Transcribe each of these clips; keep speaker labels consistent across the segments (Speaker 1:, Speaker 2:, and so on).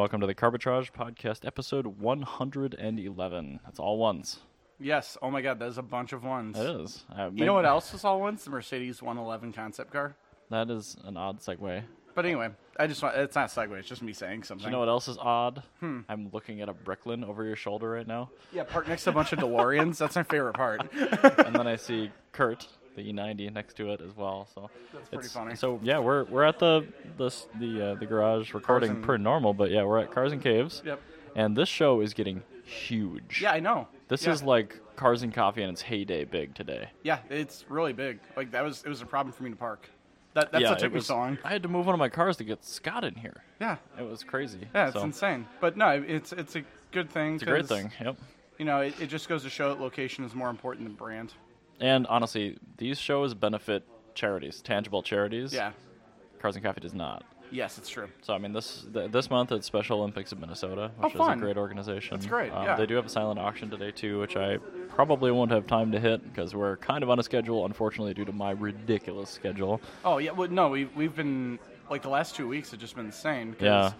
Speaker 1: Welcome to the Carbitrage Podcast, episode 111. That's all ones.
Speaker 2: Yes. Oh my God, that is a bunch of ones.
Speaker 1: That is. Uh,
Speaker 2: You know what else was all ones? The Mercedes 111 concept car.
Speaker 1: That is an odd segue.
Speaker 2: But anyway, I just want, it's not a segue. It's just me saying something.
Speaker 1: You know what else is odd?
Speaker 2: Hmm.
Speaker 1: I'm looking at a Bricklin over your shoulder right now,
Speaker 2: Yeah, parked next to a bunch of DeLoreans. That's my favorite part.
Speaker 1: and then I see Kurt, the E90, next to it as well. So that's
Speaker 2: pretty funny.
Speaker 1: So yeah, we're we're at the the the, uh, the garage recording
Speaker 2: and-
Speaker 1: per normal, but yeah, we're at Cars and Caves.
Speaker 2: Yep.
Speaker 1: And this show is getting huge.
Speaker 2: Yeah, I know.
Speaker 1: This
Speaker 2: Yeah.
Speaker 1: is like Cars and Coffee in its heyday, big today.
Speaker 2: Yeah, it's really big. Like that was it was a problem for me to park. That that's
Speaker 1: yeah,
Speaker 2: what
Speaker 1: it
Speaker 2: took me
Speaker 1: was-
Speaker 2: so long.
Speaker 1: I had to move one of my cars to get Scott in here.
Speaker 2: Yeah.
Speaker 1: It was crazy.
Speaker 2: Yeah, it's
Speaker 1: So,
Speaker 2: insane. But no, it's it's a good thing.
Speaker 1: It's a great thing. Yep.
Speaker 2: You know, it, it just goes to show that location is more important than brand.
Speaker 1: And honestly, these shows benefit charities, tangible charities.
Speaker 2: Yeah.
Speaker 1: Cars and Coffee does not.
Speaker 2: Yes, it's true.
Speaker 1: So I mean, this th- this month it's Special Olympics of Minnesota, which is a
Speaker 2: Oh, fun.
Speaker 1: great organization. That's
Speaker 2: great, yeah.
Speaker 1: They do have a silent auction today too, which I probably won't have time to hit because we're kind of on a schedule, unfortunately, due to my ridiculous schedule.
Speaker 2: Oh yeah, well, no, we we've been like the last two weeks have just been insane. 'cause,
Speaker 1: Yeah.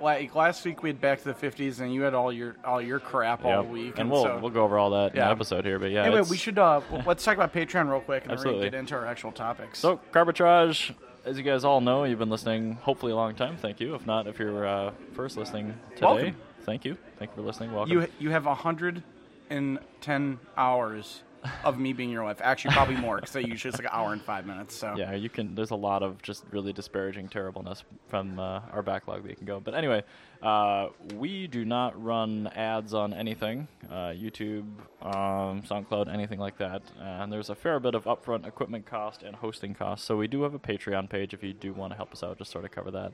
Speaker 2: Like last week we had Back to the Fifties, and you had all your all your crap all
Speaker 1: Yep.
Speaker 2: week,
Speaker 1: and, we'll
Speaker 2: so
Speaker 1: we'll go over all that in
Speaker 2: Yeah.
Speaker 1: the episode here. But yeah,
Speaker 2: anyway,
Speaker 1: it's-
Speaker 2: we should uh w- let's talk about Patreon real quick, and then
Speaker 1: Absolutely.
Speaker 2: we can get into our actual topics.
Speaker 1: So, Carbitrage, as you guys all know, you've been listening hopefully a long time. Thank you. If not, if you're uh, first listening today,
Speaker 2: Welcome.
Speaker 1: thank you. Thank you for listening. Welcome.
Speaker 2: you you have hundred and ten hours of me being your wife. Actually, probably more because usually it's like an hour and five minutes. So
Speaker 1: yeah, you can. There's a lot of just really disparaging terribleness from uh, our backlog that you can go. But anyway, uh, we do not run ads on anything, uh, YouTube, um, SoundCloud, anything like that. and there's a fair bit of upfront equipment cost and hosting cost. So we do have a Patreon page if you do want to help us out, just sort of cover that.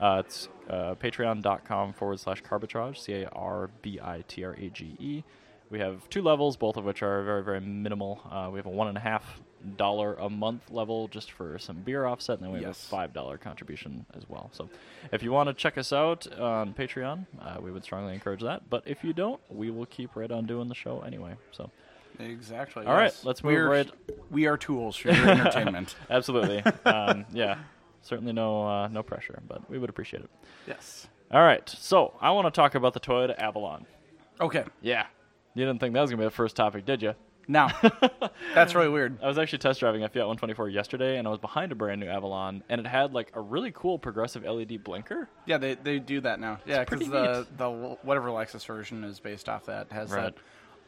Speaker 1: Uh, it's uh, patreon.com forward slash carbitrage, C A R B I T R A G E. We have two levels, both of which are very, very minimal. Uh, we have a one and a half dollar a month level just for some beer offset, and then we have a
Speaker 2: Yes.
Speaker 1: five dollar contribution as well. So, if you want to check us out on Patreon, uh, we would strongly encourage that. But if you don't, we will keep right on doing the show anyway. So,
Speaker 2: exactly.
Speaker 1: All right, let's move
Speaker 2: We're,
Speaker 1: right-
Speaker 2: We are tools for your entertainment.
Speaker 1: absolutely, um, yeah, certainly no uh, no pressure, but we would appreciate it.
Speaker 2: Yes.
Speaker 1: All right, so I want to talk about the Toyota Avalon.
Speaker 2: Okay.
Speaker 1: Yeah, you didn't think that was gonna be the first topic, did you?
Speaker 2: Now, that's really weird.
Speaker 1: I was actually test driving a Fiat 124 yesterday, and I was behind a brand new Avalon, and it had like a really cool progressive LED blinker.
Speaker 2: Yeah, they, they do that now. Yeah,
Speaker 1: pretty
Speaker 2: because the the whatever Lexus version is based off that has
Speaker 1: Right.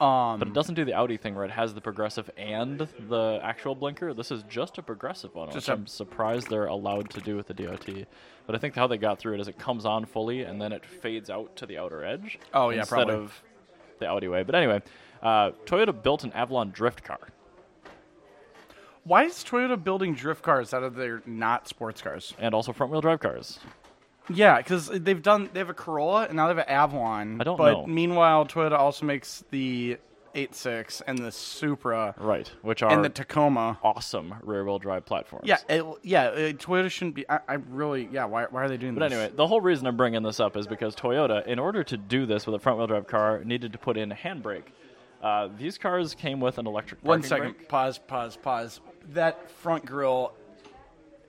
Speaker 2: that. Um,
Speaker 1: But it doesn't do the Audi thing where it has the progressive and the actual blinker. This is just a progressive one,
Speaker 2: Just
Speaker 1: which
Speaker 2: a-
Speaker 1: I'm surprised they're allowed to do with the DOT. But I think how they got through it is it comes on fully and then it fades out to the outer edge.
Speaker 2: Oh, yeah,
Speaker 1: instead
Speaker 2: probably.
Speaker 1: of the Audi way. But anyway, uh, Toyota built an Avalon drift car.
Speaker 2: why is Toyota building drift cars out of their not sports cars?
Speaker 1: And also front-wheel drive cars.
Speaker 2: Yeah, because they've done they have a Corolla and now they have an Avalon.
Speaker 1: I don't
Speaker 2: but
Speaker 1: know.
Speaker 2: meanwhile, Toyota also makes the 86 and the Supra
Speaker 1: Right, which are
Speaker 2: and the Tacoma.
Speaker 1: awesome rear-wheel drive platforms.
Speaker 2: Yeah, it, yeah. It, Toyota shouldn't be. I, I really. Yeah. Why, why are they doing
Speaker 1: But
Speaker 2: this?
Speaker 1: anyway, the whole reason I'm bringing this up is because Toyota, in order to do this with a front-wheel drive car, needed to put in a handbrake. Uh, these cars came with an electric.
Speaker 2: One
Speaker 1: parking
Speaker 2: second.
Speaker 1: brake.
Speaker 2: Pause, pause, pause. That front grill,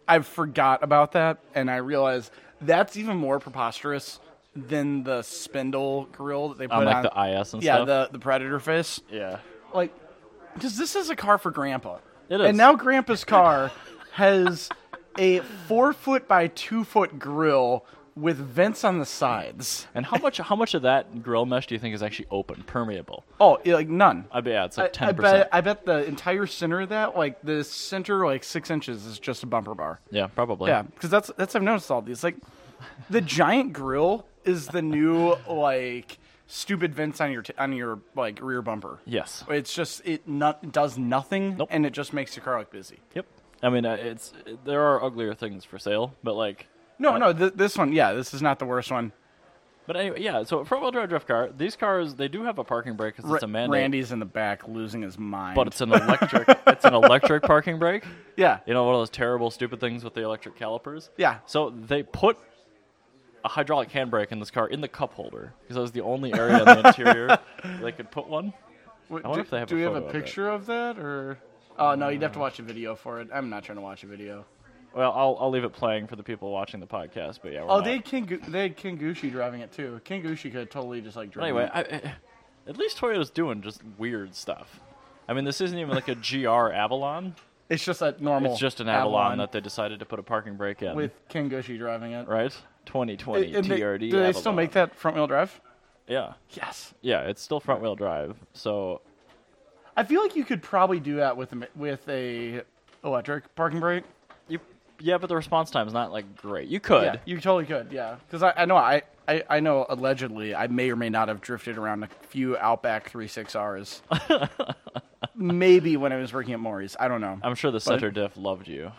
Speaker 2: I forgot about that, and I realized that's even more preposterous than the spindle grill that they put
Speaker 1: On Um, like
Speaker 2: on.
Speaker 1: the IS and
Speaker 2: yeah,
Speaker 1: stuff.
Speaker 2: the the predator face.
Speaker 1: yeah.
Speaker 2: Like, because this is a car for Grandpa.
Speaker 1: It is.
Speaker 2: And now Grandpa's car has a four foot by two foot grill with vents on the sides.
Speaker 1: And how much? How much of that grill mesh do you think is actually open, permeable?
Speaker 2: Oh, yeah, like none.
Speaker 1: I bet yeah, it's like
Speaker 2: I
Speaker 1: ten
Speaker 2: bet
Speaker 1: percent.
Speaker 2: I bet the entire center of that, like the center, like six inches, is just a bumper bar.
Speaker 1: Yeah, probably.
Speaker 2: Yeah, because that's that's I've noticed all these. Like the giant grill is the new like stupid vents on your t- on your like rear bumper.
Speaker 1: Yes.
Speaker 2: It's just it not, does nothing,
Speaker 1: Nope.
Speaker 2: and it just makes your car look busy.
Speaker 1: Yep. I mean, uh, it's there are uglier things for sale, but like.
Speaker 2: No, no, th- this one, yeah, this is not the worst one.
Speaker 1: But anyway, yeah. So front-wheel drive drift car. These cars, they do have a parking brake because it's a
Speaker 2: Ra-
Speaker 1: mandate.
Speaker 2: Randy's in the back losing his mind.
Speaker 1: But it's an electric. it's an electric parking brake.
Speaker 2: yeah,
Speaker 1: You know, one of those terrible, stupid things with the electric calipers.
Speaker 2: Yeah.
Speaker 1: So they put a hydraulic handbrake in this car in the cup holder because that was the only area in the interior they could put one.
Speaker 2: What-
Speaker 1: I wonder
Speaker 2: do,
Speaker 1: if they have
Speaker 2: do
Speaker 1: a
Speaker 2: we have
Speaker 1: photo
Speaker 2: a
Speaker 1: of it.
Speaker 2: picture of that or? Oh no, you'd have to watch a video for it. I'm not trying to watch a video.
Speaker 1: Well, I'll, I'll leave it playing for the people watching the podcast. But yeah, we're
Speaker 2: Oh,
Speaker 1: not-
Speaker 2: they had King they had Kingushi driving it too. Kingushi could totally just like drive.
Speaker 1: Anyway,
Speaker 2: it.
Speaker 1: I, I- at least Toyota's doing just weird stuff. I mean, this isn't even like a GR Avalon.
Speaker 2: it's just that normal.
Speaker 1: It's just an Avalon, that they decided to put a parking brake in.
Speaker 2: Oh, with Kingushi driving it.
Speaker 1: right? 2020
Speaker 2: And they-
Speaker 1: TRD.
Speaker 2: do they still
Speaker 1: Avalon.
Speaker 2: make that front wheel drive?
Speaker 1: Yeah,
Speaker 2: Yes.
Speaker 1: yeah. It's still front wheel drive. So
Speaker 2: I feel like you could probably do that with a, ma- with a electric parking brake.
Speaker 1: you, yeah, but the response time is not like great. You could.
Speaker 2: Yeah, you totally could. Yeah, because I, I know I, I I know allegedly I may or may not have drifted around a few Outback 36Rs. Maybe when I was working at Maury's, I don't know.
Speaker 1: I'm sure the center diff loved you.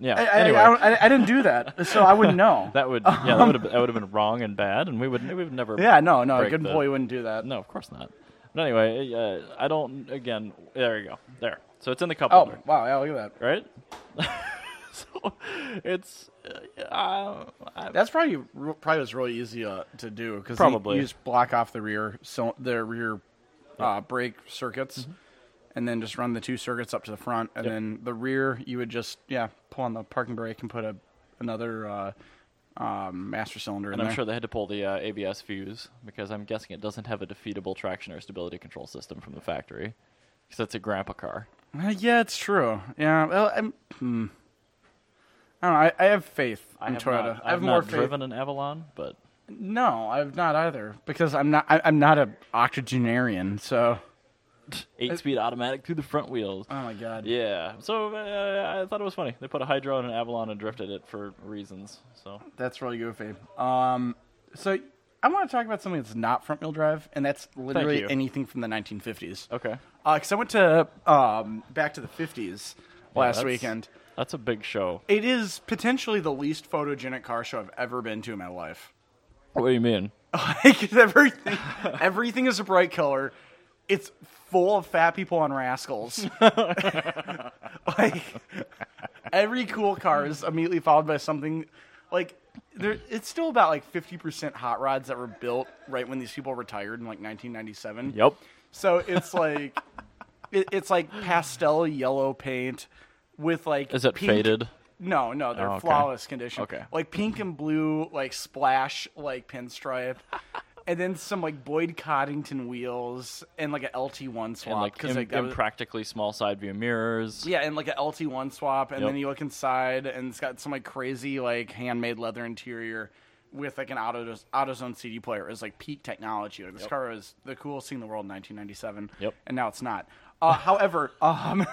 Speaker 1: yeah.
Speaker 2: I, I-
Speaker 1: anyway,
Speaker 2: I, don't- I, I didn't do that, so I wouldn't know.
Speaker 1: that would yeah that would have that would have been wrong and bad, and we would we would never.
Speaker 2: yeah, no, no, a
Speaker 1: break
Speaker 2: good
Speaker 1: the-
Speaker 2: boy wouldn't do that.
Speaker 1: No, of course not. But anyway, uh, I don't. Again, there you go. There. So it's in the cup
Speaker 2: Oh
Speaker 1: holder,
Speaker 2: wow, yeah, look at that.
Speaker 1: right? so it's. Uh, I- I-
Speaker 2: That's probably re- probably was really easy uh, to do because
Speaker 1: Probably.
Speaker 2: you just block off the rear so the rear uh, brake circuits,
Speaker 1: Mm-hmm.
Speaker 2: and then just run the two circuits up to the front, and then the rear you would just yeah pull on the parking brake and put a another uh, um, master cylinder in
Speaker 1: and I'm
Speaker 2: there.
Speaker 1: sure they had to pull the uh, ABS fuse because I'm guessing it doesn't have a defeatable traction or stability control system from the factory because it's a grandpa car.
Speaker 2: Uh, yeah, it's true. Yeah, well, I'm, hmm. I don't know. I, I have faith in
Speaker 1: have
Speaker 2: Toyota.
Speaker 1: not-
Speaker 2: I have
Speaker 1: I've
Speaker 2: more
Speaker 1: not
Speaker 2: faith.
Speaker 1: driven an Avalon, but
Speaker 2: No, I've not either because I'm not. I, I'm not a octogenarian. So,
Speaker 1: eight-speed automatic through the front wheels.
Speaker 2: oh my god.
Speaker 1: Yeah. So uh, I thought it was funny. They put a Hydro and an Avalon and drifted it for reasons. So
Speaker 2: That's really goofy. Um, so I want to talk about something that's not front wheel drive, and that's literally
Speaker 1: you.
Speaker 2: anything from the 1950s.
Speaker 1: okay.
Speaker 2: Because I went to um, back to the 50s last
Speaker 1: that's-
Speaker 2: weekend.
Speaker 1: That's a big show.
Speaker 2: It is potentially the least photogenic car show I've ever been to in my life.
Speaker 1: What do you mean?
Speaker 2: Like everything, everything is a bright color. It's full of fat people on rascals. like every cool car is immediately followed by something like there. It's still about like fifty percent hot rods that were built right when these people retired in like nineteen ninety seven.
Speaker 1: Yep.
Speaker 2: So it's like it, it's like pastel yellow paint with like
Speaker 1: Is it
Speaker 2: pink-
Speaker 1: faded?
Speaker 2: no, no, they're
Speaker 1: Oh, okay.
Speaker 2: flawless condition.
Speaker 1: Okay.
Speaker 2: Like pink and blue, like splash, like pinstripe. and then some like Boyd Coddington wheels and like a LT1 swap.
Speaker 1: And like
Speaker 2: 'cause,
Speaker 1: im-
Speaker 2: that was-
Speaker 1: impractically small side view mirrors.
Speaker 2: yeah, and like a LT1 swap. And
Speaker 1: Yep.
Speaker 2: then you look inside and it's got some like crazy, like handmade leather interior with like an Auto AutoZone CD player. It was like peak technology. Like this car was the coolest thing in the world in 1997.
Speaker 1: Yep.
Speaker 2: And now it's not. Uh, however, um,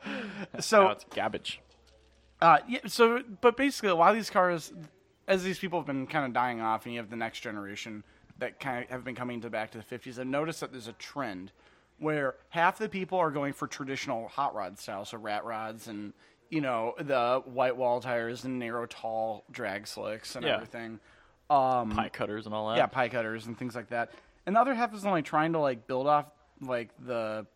Speaker 2: so
Speaker 1: Now it's garbage.
Speaker 2: uh, yeah. So, but basically, a lot of these cars, as these people have been kind of dying off, and you have the next generation that kind of have been coming to back to the fifties. I've noticed that there's a trend where half the people are going for traditional hot rod style, so rat rods and you know the white wall tires and narrow tall drag slicks and
Speaker 1: Yeah.
Speaker 2: everything. Um,
Speaker 1: Pie cutters and all that.
Speaker 2: yeah, pie cutters and things like that. And the other half is only trying to like build off like the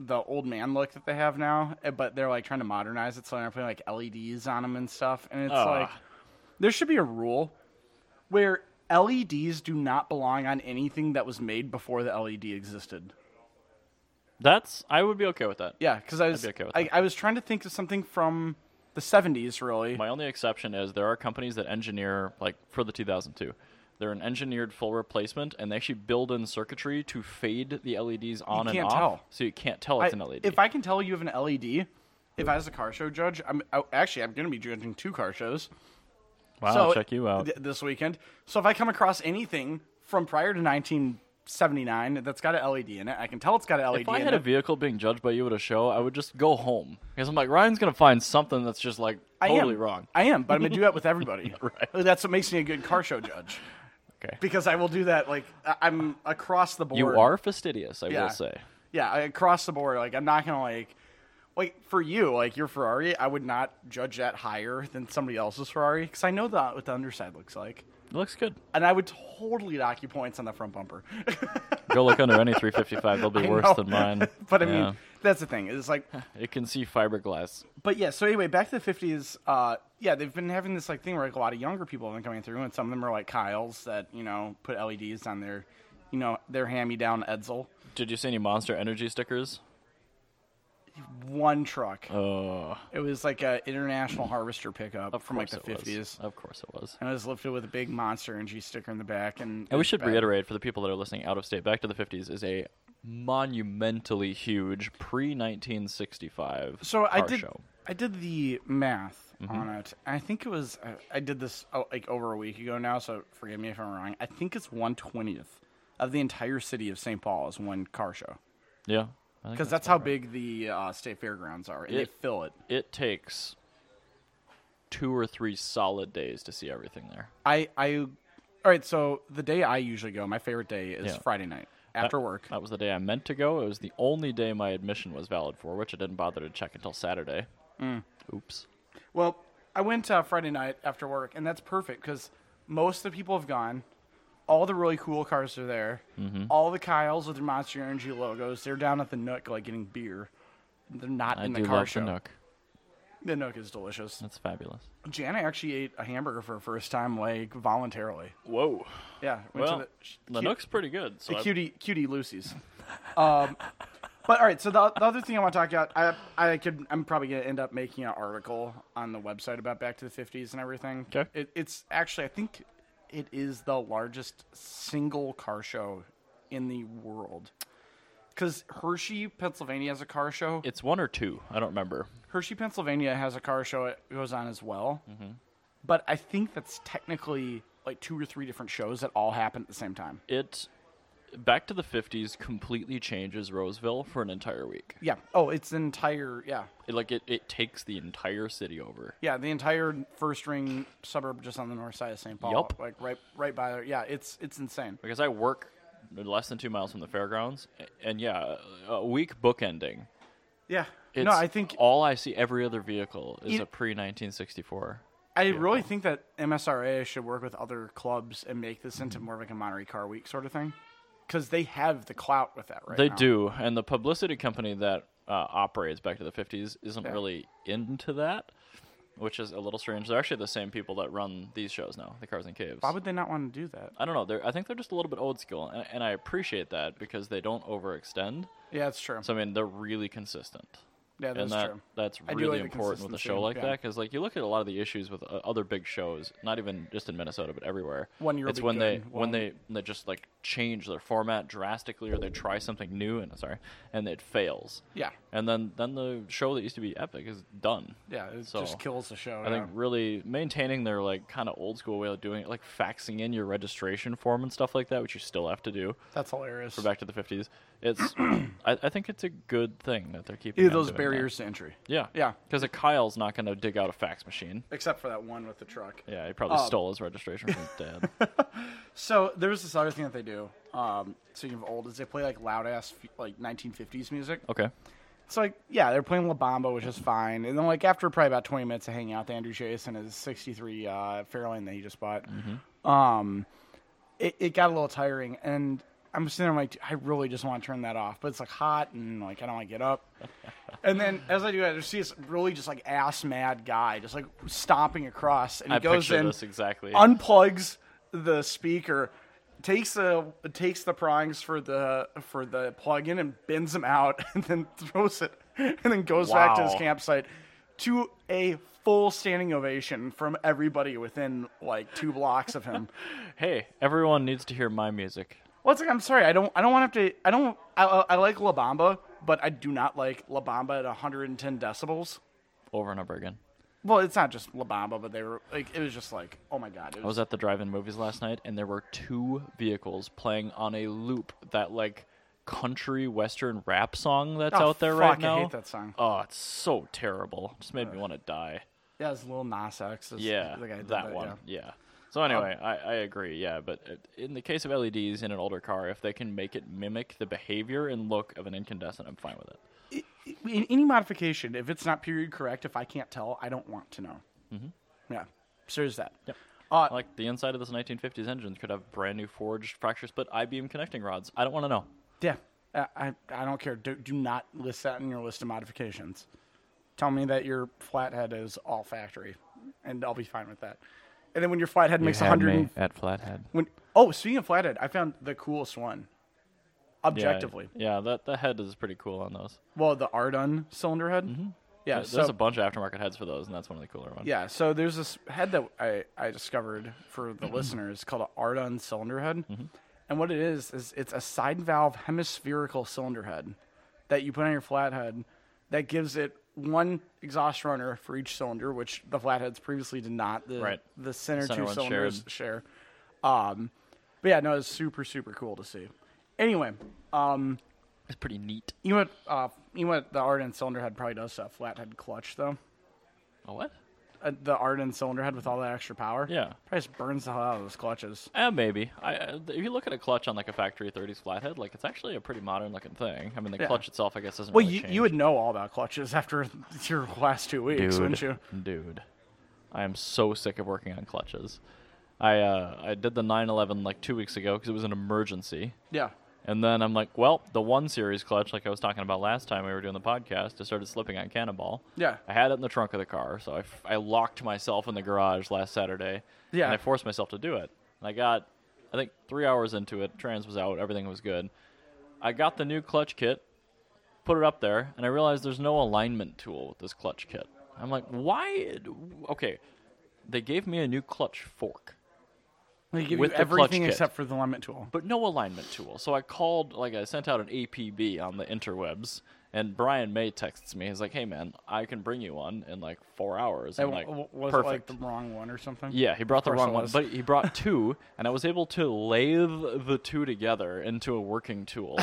Speaker 2: the old man look that they have now, eh, but they're like trying to modernize it, so they're putting like LEDs on them and stuff. And it's
Speaker 1: Ugh.
Speaker 2: like there should be a rule where LEDs do not belong on anything that was made before the LED existed.
Speaker 1: That's I would be okay with that.
Speaker 2: Yeah, because I was
Speaker 1: be okay with
Speaker 2: I, I was trying to think of something from the '70s, really.
Speaker 1: My only exception is there are companies that engineer like for the 2002. They're an engineered full replacement, and they actually build in circuitry to fade the LEDs on and
Speaker 2: can't
Speaker 1: off,
Speaker 2: tell.
Speaker 1: so you can't tell it's
Speaker 2: I-
Speaker 1: an E LED.
Speaker 2: If I can tell you have an LED, if I was a car show judge, I'm I, actually I'm going to be judging two car shows.
Speaker 1: wow,
Speaker 2: so
Speaker 1: check you out.
Speaker 2: th- this weekend. So if I come across anything from prior to 1979 that's got an LED in it, I can tell it's got an LED.
Speaker 1: if I
Speaker 2: in
Speaker 1: had a
Speaker 2: it.
Speaker 1: vehicle being judged by you at a show, I would just go home because I'm like Ryan's gonna find something that's just like
Speaker 2: I am.
Speaker 1: totally wrong.
Speaker 2: I am, but I'm gonna do that with everybody. right. That's what makes me a good car show judge
Speaker 1: Okay,
Speaker 2: because I will do that. Like I- I'm across the board.
Speaker 1: you are fastidious, I
Speaker 2: Yeah.
Speaker 1: will say.
Speaker 2: Yeah, I- across the board. Like I'm not gonna like. Like for you, like your Ferrari, I would not judge that higher than somebody else's Ferrari because I know that what the underside looks like,
Speaker 1: It looks good.
Speaker 2: and I would totally dock you points on the front bumper.
Speaker 1: Go look under any 355; they'll be
Speaker 2: I
Speaker 1: worse
Speaker 2: know.
Speaker 1: than mine.
Speaker 2: but I
Speaker 1: Yeah.
Speaker 2: mean, that's the thing. It's like,
Speaker 1: it can see fiberglass.
Speaker 2: but yeah. So anyway, back to the fifties. Uh, yeah, they've been having this like thing where like a lot of younger people have been coming through, and some of them are like Kyle's that you know put LEDs on their, you know, their hand-me-down Edsel.
Speaker 1: Did you see any Monster Energy stickers?
Speaker 2: one truck.
Speaker 1: Oh,
Speaker 2: It was like an international harvester pickup
Speaker 1: of
Speaker 2: from like the
Speaker 1: course it was.
Speaker 2: fifties,
Speaker 1: Of course it was.
Speaker 2: and it was lifted with a big monster energy sticker in the back. And
Speaker 1: And we should
Speaker 2: bad.
Speaker 1: reiterate for the people that are listening out of state, Back to the 50s is a monumentally huge pre 1965
Speaker 2: So I did.
Speaker 1: show. Mm-hmm.
Speaker 2: I did the math on it. and I think it was. I, I did this oh, like over a week ago now, so forgive me if I'm wrong. I think it's one twentieth of the entire city of St. Paul is one car show
Speaker 1: Yeah. I think
Speaker 2: because that's, how big the uh, state fairgrounds are, and they
Speaker 1: It-
Speaker 2: fill it.
Speaker 1: it takes two or three solid days to see everything there.
Speaker 2: I I. All right, so the day I usually go, my favorite day is
Speaker 1: Yeah. Uh,
Speaker 2: Friday night after work.
Speaker 1: That was the day I meant to go. It was the only day my admission was valid for, which I didn't bother to check until Saturday.
Speaker 2: Mm.
Speaker 1: Oops.
Speaker 2: Well, I went uh, Friday night after work, and that's perfect because most of the people have gone. All the really cool cars are there.
Speaker 1: Mm-hmm.
Speaker 2: All the Kyles with their Monster Energy logos. They're down at the Nook, like getting beer. They're not
Speaker 1: I
Speaker 2: in the
Speaker 1: do
Speaker 2: car
Speaker 1: love
Speaker 2: show.
Speaker 1: the Nook.
Speaker 2: The Nook is delicious.
Speaker 1: That's fabulous.
Speaker 2: Jana actually ate a hamburger for her first time, like voluntarily.
Speaker 1: Whoa.
Speaker 2: Yeah, went
Speaker 1: Well,
Speaker 2: to
Speaker 1: the,
Speaker 2: the, sh-
Speaker 1: Nook's pretty good. So
Speaker 2: the
Speaker 1: I-
Speaker 2: cutie cutie Lucy's. um, but all right, so the, the other thing I want to talk about, I I could I'm probably gonna end up making an article on the website about Back to the 50s and everything.
Speaker 1: 'Kay.
Speaker 2: It, it's actually I think it is the largest single car show in the world. Because Hershey, Pennsylvania has a car show.
Speaker 1: it's one or two. I don't remember.
Speaker 2: Hershey, Pennsylvania has a car show that goes on as well. But I think that's technically like two or three different shows that all happen at the same time.
Speaker 1: It Back to the 50s completely changes Roseville for an entire week.
Speaker 2: Yeah. Oh, it's an entire, yeah.
Speaker 1: It, like it, it takes the entire city over.
Speaker 2: Yeah, the entire first ring suburb just on the north side of St. Paul.
Speaker 1: Yup.
Speaker 2: Like right right by there. Yeah, it's it's insane.
Speaker 1: because I work less than two miles from the fairgrounds, and yeah, a week bookending.
Speaker 2: Yeah.
Speaker 1: It's
Speaker 2: no, I think
Speaker 1: all I see every other vehicle is
Speaker 2: You-
Speaker 1: a pre 1964.
Speaker 2: I really think that MSRA should work with other clubs and make this into more of like a Monterey Car Week sort of thing. Because they have the clout with that, right?
Speaker 1: They
Speaker 2: now.
Speaker 1: do, and the publicity company that uh, operates Back to the 50s isn't really into that, which is a little strange. They're actually the same people that run these shows now, the Cars and Caves.
Speaker 2: Why would they not want to do that?
Speaker 1: I don't know. They're, I think they're just a little bit old school, and, and I appreciate that because they don't overextend.
Speaker 2: Yeah, that's true.
Speaker 1: So I mean, they're really consistent.
Speaker 2: yeah,
Speaker 1: and
Speaker 2: that's
Speaker 1: that,
Speaker 2: true.
Speaker 1: that's
Speaker 2: I do
Speaker 1: really
Speaker 2: like the
Speaker 1: important with a show
Speaker 2: consistency,
Speaker 1: like
Speaker 2: yeah.
Speaker 1: that because like you look at a lot of the issues with uh, other big shows not even just in minnesota but everywhere
Speaker 2: One year will
Speaker 1: it's
Speaker 2: be
Speaker 1: when
Speaker 2: good,
Speaker 1: they when
Speaker 2: one-
Speaker 1: they they just like change their format drastically or they try something new and sorry and it fails
Speaker 2: Yeah.
Speaker 1: and then then the show that used to be epic is done
Speaker 2: Yeah, it
Speaker 1: So,
Speaker 2: just kills the show.
Speaker 1: I
Speaker 2: yeah.
Speaker 1: think really maintaining their like kind of old school way of doing it, like faxing in your registration form and stuff like that, which you still have to do
Speaker 2: that's hilarious.
Speaker 1: for Back to the Fifties. It's, I, I think it's a good thing that they're keeping
Speaker 2: Either
Speaker 1: on
Speaker 2: those
Speaker 1: doing that.
Speaker 2: barriers to entry.
Speaker 1: Yeah.
Speaker 2: Yeah.
Speaker 1: Because a Kyle's not going to dig out a fax machine.
Speaker 2: Except for that one with the truck.
Speaker 1: Yeah, he
Speaker 2: Uh,
Speaker 1: probably stole his registration from his dad.
Speaker 2: So there's this other thing that they do. Um, speaking of old, is they play like loud ass like 1950s music.
Speaker 1: Okay.
Speaker 2: It's like yeah, they're playing La Bamba, which is fine. And then like after probably about 20 minutes of hanging out, with Andrew Chase and his 63 uh, Fairlane that he just bought,
Speaker 1: Mm-hmm.
Speaker 2: um, it, it got a little tiring. And I'm sitting there I'm like, I really just want to turn that off, but it's like hot and like I don't want to get up. and then as I do, I just see this really just like ass mad guy just like stomping across, and he
Speaker 1: I
Speaker 2: goes
Speaker 1: picture
Speaker 2: in
Speaker 1: this exactly.
Speaker 2: unplugs the speaker, takes the takes the prongs for the for the plug-in and bends them out, and then throws it, and then goes back to his
Speaker 1: Wow.
Speaker 2: campsite to a full standing ovation from everybody within like two blocks of him.
Speaker 1: hey, everyone needs to hear my music.
Speaker 2: well, it's like I'm sorry, I don't I don't want to have to I don't I, I I like La Bamba, but I do not like La Bamba at 110 decibels.
Speaker 1: Over and over again.
Speaker 2: Well, it's not just La Bamba, but they were like it was just like oh my god, it
Speaker 1: I was at the drive-in movies last night, and there were two vehicles playing on a loop that like country western rap song that's
Speaker 2: Oh,
Speaker 1: out there
Speaker 2: fuck,
Speaker 1: right
Speaker 2: I
Speaker 1: now.
Speaker 2: hate that song.
Speaker 1: Oh, it's so terrible. Just made me want to die.
Speaker 2: yeah, it's Lil Nas X. is
Speaker 1: Yeah,
Speaker 2: the guy who did
Speaker 1: that, one.
Speaker 2: yeah. Um,
Speaker 1: Yeah. So anyway, I, I agree. Yeah, but uh, in the case of LEDs in an older car, if they can make it mimic the behavior and look of an incandescent, I'm fine with it.
Speaker 2: in any modification, if it's not period correct, if I can't tell, I don't want to know. Mm-hmm. Yeah. So there's that. Uh,
Speaker 1: Like the inside of this 1950s engine could have brand new forged fracture split I-beam connecting rods. I don't want to know.
Speaker 2: yeah. I, I, I don't care. Do, do not list that in your list of modifications. Tell me that your flathead is all factory, and I'll be fine with that. And then when your flathead makes 100. and-
Speaker 1: at flathead.
Speaker 2: When, oh, speaking of flathead, I found the coolest one. objectively.
Speaker 1: Yeah, yeah that the head is pretty cool on those.
Speaker 2: Well, the Ardun cylinder head.
Speaker 1: Mm-hmm.
Speaker 2: Yeah,
Speaker 1: There-
Speaker 2: so
Speaker 1: There's a bunch of aftermarket heads for those, and that's one of the cooler ones.
Speaker 2: yeah, so there's this head that I, I discovered for the listeners called an Ardun cylinder head,
Speaker 1: Mm-hmm.
Speaker 2: and what it is is it's a side valve hemispherical cylinder head that you put on your flathead that gives it one exhaust runner for each cylinder, which the flatheads previously did not. The
Speaker 1: Right.
Speaker 2: the center,
Speaker 1: Center
Speaker 2: two
Speaker 1: one's shared.
Speaker 2: cylinders share. Um, but yeah, no, it's super super cool to see. Anyway, um,
Speaker 1: It's pretty neat.
Speaker 2: you know what? Uh, you know what? The Arden cylinder head probably does that flathead clutch though.
Speaker 1: A what?
Speaker 2: Uh, the Arden cylinder head with all that extra power.
Speaker 1: Yeah.
Speaker 2: probably just burns the hell out of those clutches.
Speaker 1: Eh, maybe. I, uh, if you look at a clutch on like a factory 30s flathead, like it's actually a pretty modern looking thing. I mean, the
Speaker 2: Yeah.
Speaker 1: clutch itself, I guess, doesn't.
Speaker 2: Well,
Speaker 1: really
Speaker 2: you,
Speaker 1: change.
Speaker 2: you would know all about clutches after your last two weeks, wouldn't you?
Speaker 1: Dude, I am so sick of working on clutches. I uh, I did the 911 like two weeks ago because it was an emergency,
Speaker 2: Yeah.
Speaker 1: and then I'm like, well, the one series clutch, like I was talking about last time we were doing the podcast, just started slipping on Cannonball.
Speaker 2: Yeah.
Speaker 1: I had it in the trunk of the car, so I, f- I locked myself in the garage last Saturday.
Speaker 2: Yeah.
Speaker 1: And I forced myself to do it. And I got, I think, three hours into it. Trans was out, everything was good. I got the new clutch kit, put it up there, and I realized there's no alignment tool with this clutch kit. I'm like, why? d- Okay, they gave me a new clutch fork,
Speaker 2: They give
Speaker 1: With
Speaker 2: you
Speaker 1: the clutch
Speaker 2: everything
Speaker 1: kit.
Speaker 2: except for the limit tool.
Speaker 1: but no alignment tool. So I called, like, I sent out an APB on the interwebs. And Brian May texts me. He's like, "Hey man, I can bring you one in like four hours." I'm
Speaker 2: It
Speaker 1: like,
Speaker 2: w- was
Speaker 1: perfect.
Speaker 2: it like the wrong one or something?
Speaker 1: Yeah, he brought the
Speaker 2: course it
Speaker 1: wrong one,
Speaker 2: was.
Speaker 1: but he brought two, and I was able to lathe the two together into a working tool.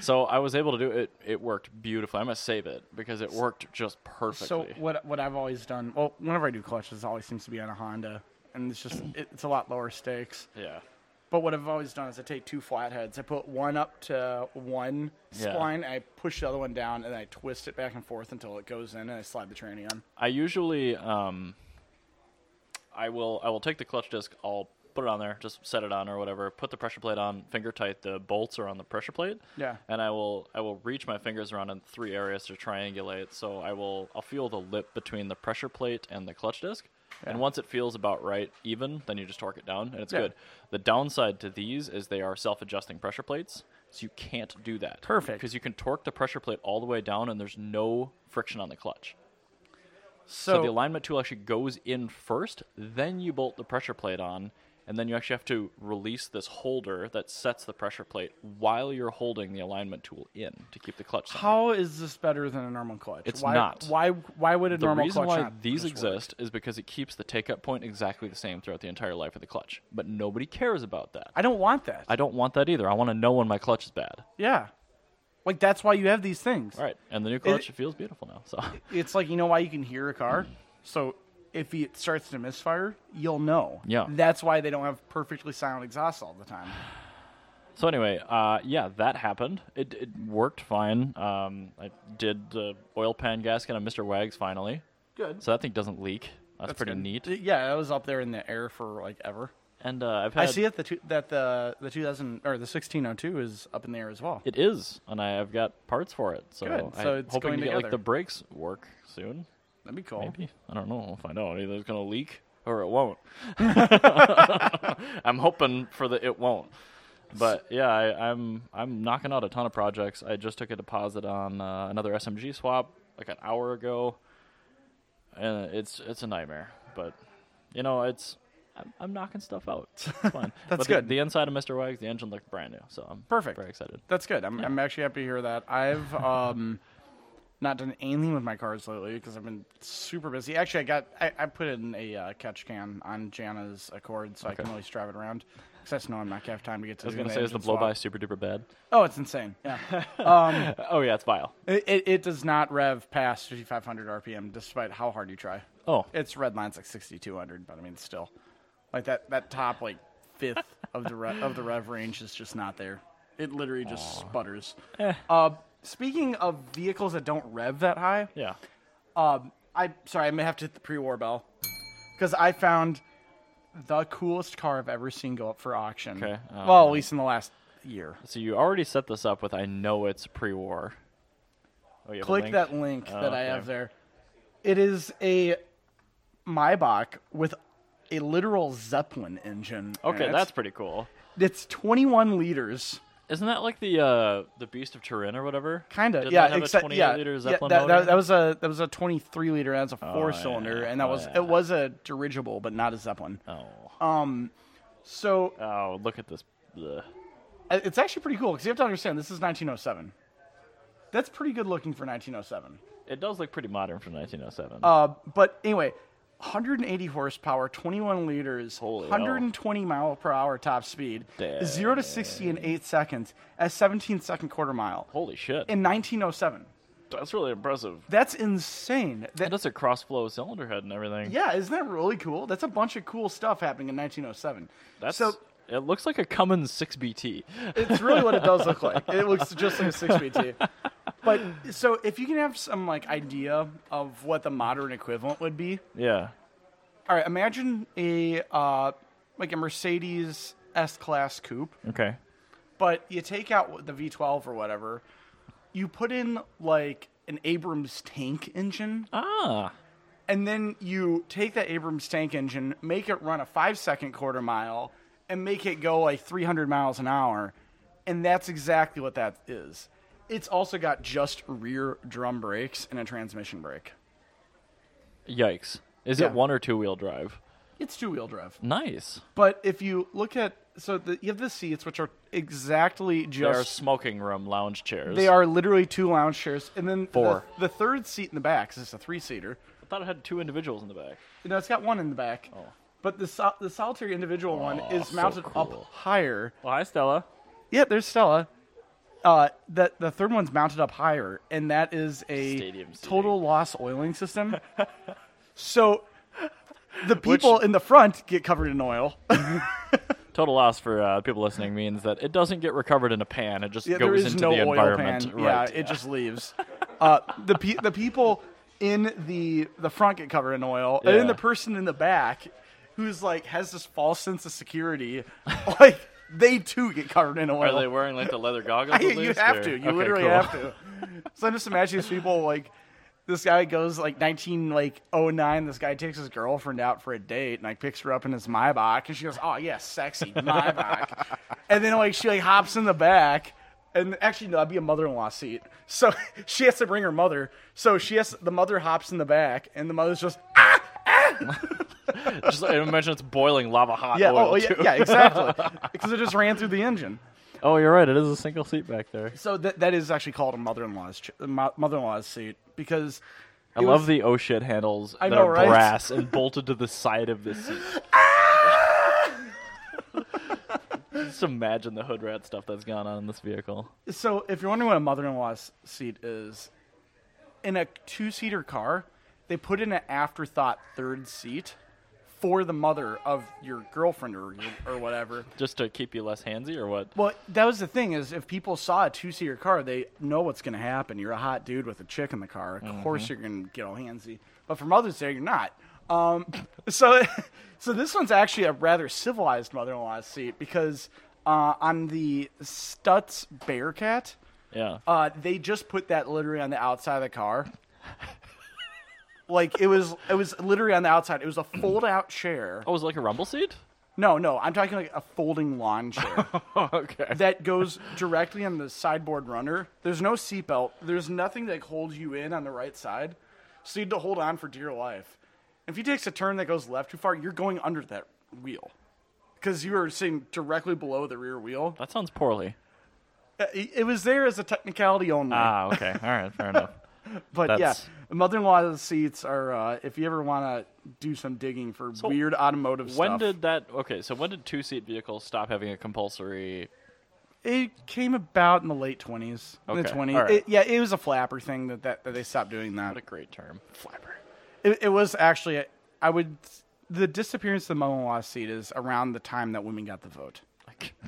Speaker 1: so I was able to do it. It worked beautifully. I'm gonna save it because it worked just perfectly.
Speaker 2: So what what I've always done, well, whenever I do clutches, it always seems to be on a Honda, and it's just it, it's a lot lower stakes.
Speaker 1: yeah,
Speaker 2: But what I've always done is I take two flatheads, I put one up to one
Speaker 1: Yeah.
Speaker 2: spline, I push the other one down, and I twist it back and forth until it goes in, and I slide the tranny on.
Speaker 1: I usually um, I will I will take the clutch disc. I'll put it on there, just set it on or whatever. Put the pressure plate on, finger tight. The bolts are on the pressure plate.
Speaker 2: Yeah.
Speaker 1: and I will I will reach my fingers around in three areas to triangulate. So I will I'll feel the lip between the pressure plate and the clutch disc. And once it feels about right, even, then you just torque it down, and it's
Speaker 2: Yeah.
Speaker 1: good. The downside to these is they are self-adjusting pressure plates, so you can't do that.
Speaker 2: Perfect.
Speaker 1: because you can torque the pressure plate all the way down, and there's no friction on the clutch.
Speaker 2: So,
Speaker 1: So, the alignment tool actually goes in first, then you bolt the pressure plate on, and then you actually have to release this holder that sets the pressure plate while you're holding the alignment tool in to keep the clutch. centered.
Speaker 2: how is this better than a normal clutch?
Speaker 1: It's
Speaker 2: why,
Speaker 1: not.
Speaker 2: Why why would a
Speaker 1: The
Speaker 2: normal
Speaker 1: reason
Speaker 2: clutch
Speaker 1: why
Speaker 2: not
Speaker 1: these
Speaker 2: just work?
Speaker 1: exist is because it keeps the take up point exactly the same throughout the entire life of the clutch. But nobody cares about that.
Speaker 2: I don't want that.
Speaker 1: I don't want that either. I want to know when my clutch is bad.
Speaker 2: yeah, like that's why you have these things.
Speaker 1: All right, and the new clutch feels beautiful now. So
Speaker 2: It's like you know why you can hear a car. So if it starts to misfire, you'll know.
Speaker 1: Yeah.
Speaker 2: that's why they don't have perfectly silent exhaust all the time.
Speaker 1: So anyway, uh, yeah, that happened. It, it worked fine. Um, I did the oil pan gasket on Mr. Wags finally,
Speaker 2: Good.
Speaker 1: so that thing doesn't leak. That's, pretty neat.
Speaker 2: Yeah, it was up there in the air for like ever.
Speaker 1: And uh, I've
Speaker 2: I
Speaker 1: had
Speaker 2: see it the two, that the the 2000 or the 1602 is up in the air as well.
Speaker 1: it is, and I, I've got parts for it. So,
Speaker 2: Good,
Speaker 1: I'm
Speaker 2: so it's
Speaker 1: hoping
Speaker 2: going
Speaker 1: to get like
Speaker 2: together.
Speaker 1: the brakes work soon.
Speaker 2: That'd be cool.
Speaker 1: Maybe I don't know. We'll find out. Either it's gonna leak or it won't. I'm hoping for the it won't. But yeah, I, I'm I'm knocking out a ton of projects. I just took a deposit on uh, another SMG swap like an hour ago, and it's it's a nightmare. But you know, it's I'm, I'm knocking stuff out. It's fine.
Speaker 2: That's
Speaker 1: But
Speaker 2: good.
Speaker 1: The, the inside of Mr. Wags, the engine looked brand new, so I'm
Speaker 2: Perfect.
Speaker 1: Very excited.
Speaker 2: That's good. I'm, I'm actually happy to hear that. I've um, not done anything with my cars lately because I've been super busy. Actually, I got I, I put in a uh, catch can on Jana's Accord so I can always drive it around. Because I know I'm not gonna have time to get to.
Speaker 1: I was gonna say, is the blow by super duper bad?
Speaker 2: Oh, it's insane. Yeah. um,
Speaker 1: Oh yeah, it's vile.
Speaker 2: it, it, it does not rev past 5,500 RPM despite how hard you try.
Speaker 1: Oh,
Speaker 2: Its red line's like 6,200, but I mean still, like that that top like fifth of the re- of the rev range is just not there. It literally just sputters.
Speaker 1: Eh.
Speaker 2: Uh, speaking of vehicles that don't rev that high,
Speaker 1: yeah.
Speaker 2: um, I sorry, I may have to hit the pre-war bell because I found the coolest car I've ever seen go up for auction.
Speaker 1: Okay, um,
Speaker 2: well, at least in the last year.
Speaker 1: So you already set this up with I know it's pre-war. Oh, you have a
Speaker 2: Click
Speaker 1: link?
Speaker 2: that link
Speaker 1: Oh,
Speaker 2: that I
Speaker 1: okay.
Speaker 2: have there. It is a Maybach with a literal Zeppelin engine. in
Speaker 1: Okay,
Speaker 2: it.
Speaker 1: that's pretty cool.
Speaker 2: It's 21 liters.
Speaker 1: Isn't that like the uh, the Beast of Turin or whatever?
Speaker 2: Kind of,
Speaker 1: Didn't
Speaker 2: yeah.
Speaker 1: that have
Speaker 2: except,
Speaker 1: a 28
Speaker 2: yeah,
Speaker 1: liter
Speaker 2: yeah,
Speaker 1: Zeppelin
Speaker 2: that, that,
Speaker 1: motor?
Speaker 2: that was a that was a 23 liter. That's a four
Speaker 1: yeah.
Speaker 2: cylinder, and that
Speaker 1: Oh,
Speaker 2: was
Speaker 1: yeah.
Speaker 2: it was a dirigible, but not a Zeppelin.
Speaker 1: oh,
Speaker 2: Um, so
Speaker 1: oh, look at this. Ugh.
Speaker 2: uh, it's actually pretty cool because you have to understand this is 1907. That's pretty good looking for 1907.
Speaker 1: It does look pretty modern from 1907.
Speaker 2: Uh, but anyway, 180 horsepower, 21 liters,
Speaker 1: Holy hell.
Speaker 2: 120 mile per hour top speed,
Speaker 1: Dang.
Speaker 2: zero to 60 in eight seconds, at 17 second quarter mile
Speaker 1: Holy shit,
Speaker 2: in 1907.
Speaker 1: that's really impressive.
Speaker 2: That's insane. That,
Speaker 1: And that's a cross flow cylinder head and everything.
Speaker 2: yeah, isn't that really cool? That's a bunch of cool stuff happening in 1907.
Speaker 1: that's
Speaker 2: so
Speaker 1: it looks like a Cummins 6BT.
Speaker 2: it's really what it does look like. It looks just like a six BT. But so if you can have some like idea of what the modern equivalent would be,
Speaker 1: yeah,
Speaker 2: All right, imagine a uh, like a Mercedes S Class coupe,
Speaker 1: okay.
Speaker 2: but you take out the V12 or whatever, you put in like an Abrams tank engine,
Speaker 1: Ah,
Speaker 2: and then you take that Abrams tank engine, make it run a five second quarter mile, and make it go like 300 miles an hour, and that's exactly what that is. It's also got just rear drum brakes and a transmission brake.
Speaker 1: yikes! Is
Speaker 2: Yeah.
Speaker 1: it one or two wheel drive?
Speaker 2: It's two wheel drive.
Speaker 1: Nice.
Speaker 2: But if you look at so the, you have the seats, which are exactly
Speaker 1: They are
Speaker 2: just
Speaker 1: smoking room lounge chairs.
Speaker 2: they are literally two lounge chairs, and then
Speaker 1: Four.
Speaker 2: The, the third seat in the back 'cause it's a three seater.
Speaker 1: I thought it had two individuals in the back.
Speaker 2: No, it's got one in the back. But the sol- the solitary individual one is
Speaker 1: Oh. so
Speaker 2: mounted
Speaker 1: cool.
Speaker 2: up higher.
Speaker 1: Well, hi, Stella.
Speaker 2: Yeah, there's Stella. Uh, that the third one's mounted up higher, and that is a
Speaker 1: Stadium seating.
Speaker 2: total loss oiling system. so the people in the front get covered in oil.
Speaker 1: Total loss for uh, people listening means that it doesn't get recovered in a pan. It just
Speaker 2: Yeah, there
Speaker 1: goes
Speaker 2: is
Speaker 1: into
Speaker 2: no
Speaker 1: the
Speaker 2: oil
Speaker 1: environment.
Speaker 2: pan.
Speaker 1: Right.
Speaker 2: Yeah, it just leaves. Uh, the pe- the people in the the front get covered in oil, and then
Speaker 1: Yeah.
Speaker 2: the person in the back, who's like has this false sense of security, like they too get covered in oil.
Speaker 1: Are they wearing like the leather goggles? at
Speaker 2: you
Speaker 1: least,
Speaker 2: have
Speaker 1: or-
Speaker 2: to. You
Speaker 1: Okay,
Speaker 2: literally
Speaker 1: cool.
Speaker 2: have to. So I'm just imagining these people like. This guy goes like 19 like 09. This guy takes his girlfriend out for a date and like picks her up in his Maybach and she goes, "Oh yeah, sexy Maybach." and then like she like hops in the back and actually no, that'd be a mother-in-law seat. So she has to bring her mother. So she has the mother hops in the back and the mother's just
Speaker 1: Just, I imagine it's boiling lava hot
Speaker 2: yeah
Speaker 1: oil
Speaker 2: oh yeah,
Speaker 1: too.
Speaker 2: yeah exactly because it just ran through the engine.
Speaker 1: Oh, you're right. It is a single seat back there.
Speaker 2: So that that is actually called a mother-in-law's ch- mo- mother-in-law's seat because
Speaker 1: I
Speaker 2: it
Speaker 1: love
Speaker 2: was-
Speaker 1: the oh shit handles
Speaker 2: I
Speaker 1: that
Speaker 2: know,
Speaker 1: are
Speaker 2: right?
Speaker 1: brass and bolted to the side of the seat.
Speaker 2: Ah!
Speaker 1: Just imagine the hood rat stuff that's gone on in this vehicle.
Speaker 2: So, if you're wondering what a mother-in-law's seat is, in a two-seater car, they put in an afterthought third seat for the mother of your girlfriend or your- or whatever.
Speaker 1: Just to keep you less handsy or what?
Speaker 2: Well, that was the thing is if people saw a two-seater car, they know what's going to happen. You're a hot dude with a chick in the car. Of course, you're going to get all handsy. But for Mother's Day, you're not. Um, so, so this one's actually a rather civilized mother-in-law's seat because uh, on the Stutz Bearcat.
Speaker 1: Yeah.
Speaker 2: Uh, they just put that literally on the outside of the car. like it was, it was literally on the outside. It was a fold-out chair.
Speaker 1: oh, is it like a rumble seat?
Speaker 2: No, no, I'm talking like a folding lawn chair
Speaker 1: okay.
Speaker 2: that goes directly on the sideboard runner. There's no seatbelt. There's nothing that holds you in on the right side, so you need to hold on for dear life. If he takes a turn that goes left too far, you're going under that wheel because you are sitting directly below the rear wheel.
Speaker 1: That sounds poorly.
Speaker 2: Uh, It it was there as a technicality only.
Speaker 1: Ah, okay. All right. Fair enough.
Speaker 2: But
Speaker 1: That's-
Speaker 2: yeah, mother-in-law seats are uh, if you ever want to do some digging for weird automotive
Speaker 1: When
Speaker 2: stuff.
Speaker 1: did that? Okay, so when did two seat vehicles stop having a compulsory?
Speaker 2: it came about in the late twenties, the
Speaker 1: Okay,
Speaker 2: twenties?
Speaker 1: all right.
Speaker 2: It- Yeah, it was a flapper thing that, that, that they stopped doing that.
Speaker 1: What a great term, flapper.
Speaker 2: It, it was actually I would the disappearance of the mother-in-law seat is around the time that women got the vote.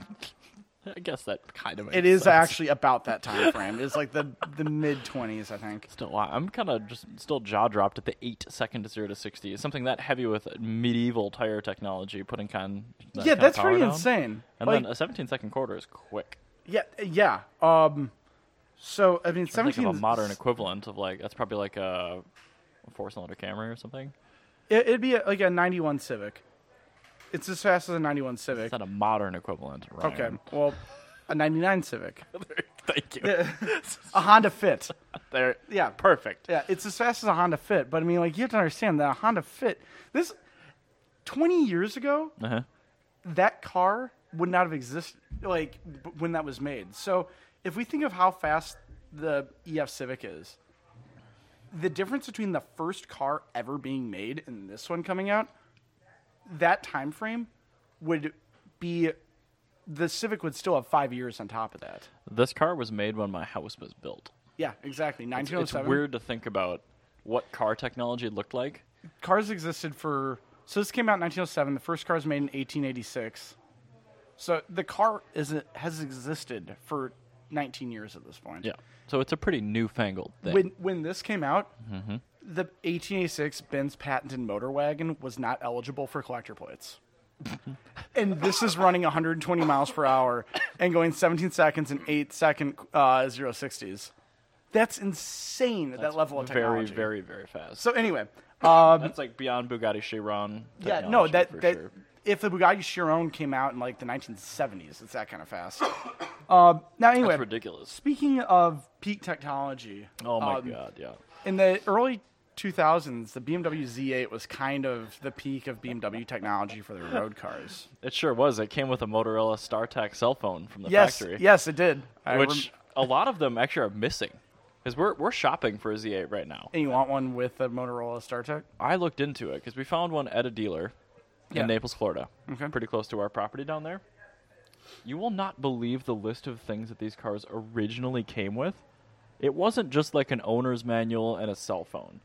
Speaker 1: I guess that kind of. Makes
Speaker 2: It is
Speaker 1: sense.
Speaker 2: actually about that time frame. It's like the the mid twenties, I think.
Speaker 1: Still, I- I'm kind of just still jaw dropped at the eight second to zero to sixty. Something that heavy with medieval tire technology putting kind. that
Speaker 2: yeah,
Speaker 1: kind of
Speaker 2: that's
Speaker 1: power
Speaker 2: pretty
Speaker 1: down.
Speaker 2: insane.
Speaker 1: And
Speaker 2: like,
Speaker 1: then uh, a 17 second quarter is quick.
Speaker 2: yeah, yeah. Um, so I
Speaker 1: I
Speaker 2: mean,
Speaker 1: think
Speaker 2: seventeen
Speaker 1: of a modern equivalent of like that's probably like a four cylinder Camry or something.
Speaker 2: It, it'd be a, like a 91 Civic. It's as fast as a 91 Civic.
Speaker 1: It's not a modern equivalent. Ryan.
Speaker 2: Okay. Well, a 99 Civic,
Speaker 1: Thank you.
Speaker 2: a Honda Fit.
Speaker 1: There.
Speaker 2: Yeah.
Speaker 1: Perfect.
Speaker 2: Yeah, it's as fast as a Honda Fit, but I mean, like, you have to understand that a Honda Fit, this, 20 years ago,
Speaker 1: Uh-huh.
Speaker 2: that car would not have existed, like, b- when that was made. So if we think of how fast the EF Civic is, the difference between the first car ever being made and this one coming out, that time frame would be, the Civic would still have five years on top of that.
Speaker 1: This car was made when my house was built.
Speaker 2: Yeah, exactly.
Speaker 1: It's
Speaker 2: 1907.
Speaker 1: weird to think about what car technology looked like.
Speaker 2: cars existed for so this came out in 1907 the first car was made in 1886 so the car is has existed for 19 years at this point
Speaker 1: Yeah. So it's a pretty newfangled thing.
Speaker 2: when when this came out
Speaker 1: Mm-hmm.
Speaker 2: the 1886 benz patented motor wagon was not eligible for collector plates and this is running 120 miles per hour and going 17 seconds and 8 second uh, 060s that's insane at that level of
Speaker 1: very,
Speaker 2: technology
Speaker 1: very, very fast.
Speaker 2: so anyway um,
Speaker 1: That's like beyond Bugatti Chiron.
Speaker 2: Yeah, no,
Speaker 1: technology
Speaker 2: that,
Speaker 1: for
Speaker 2: that
Speaker 1: sure.
Speaker 2: if the Bugatti Chiron came out in like the 1970s, it's that kind of fast. um, now, anyway,
Speaker 1: That's ridiculous.
Speaker 2: speaking of peak technology,
Speaker 1: Oh my
Speaker 2: um,
Speaker 1: god, yeah.
Speaker 2: in the early 2000s, the BMW Z8 was kind of the peak of BMW technology for their road cars.
Speaker 1: It sure was. It came with a Motorola StarTAC cell phone from the
Speaker 2: yes,
Speaker 1: factory.
Speaker 2: yes, it did. I rem-
Speaker 1: Which a lot of them actually are missing. Because we're, we're shopping for a Z8 right now.
Speaker 2: and you want one with a Motorola StarTech?
Speaker 1: I looked into it because we found one at a dealer
Speaker 2: Yeah.
Speaker 1: in Naples, Florida,
Speaker 2: Okay.
Speaker 1: pretty close to our property down there. You will not believe the list of things that these cars originally came with. It wasn't just like an owner's manual and a cell phone.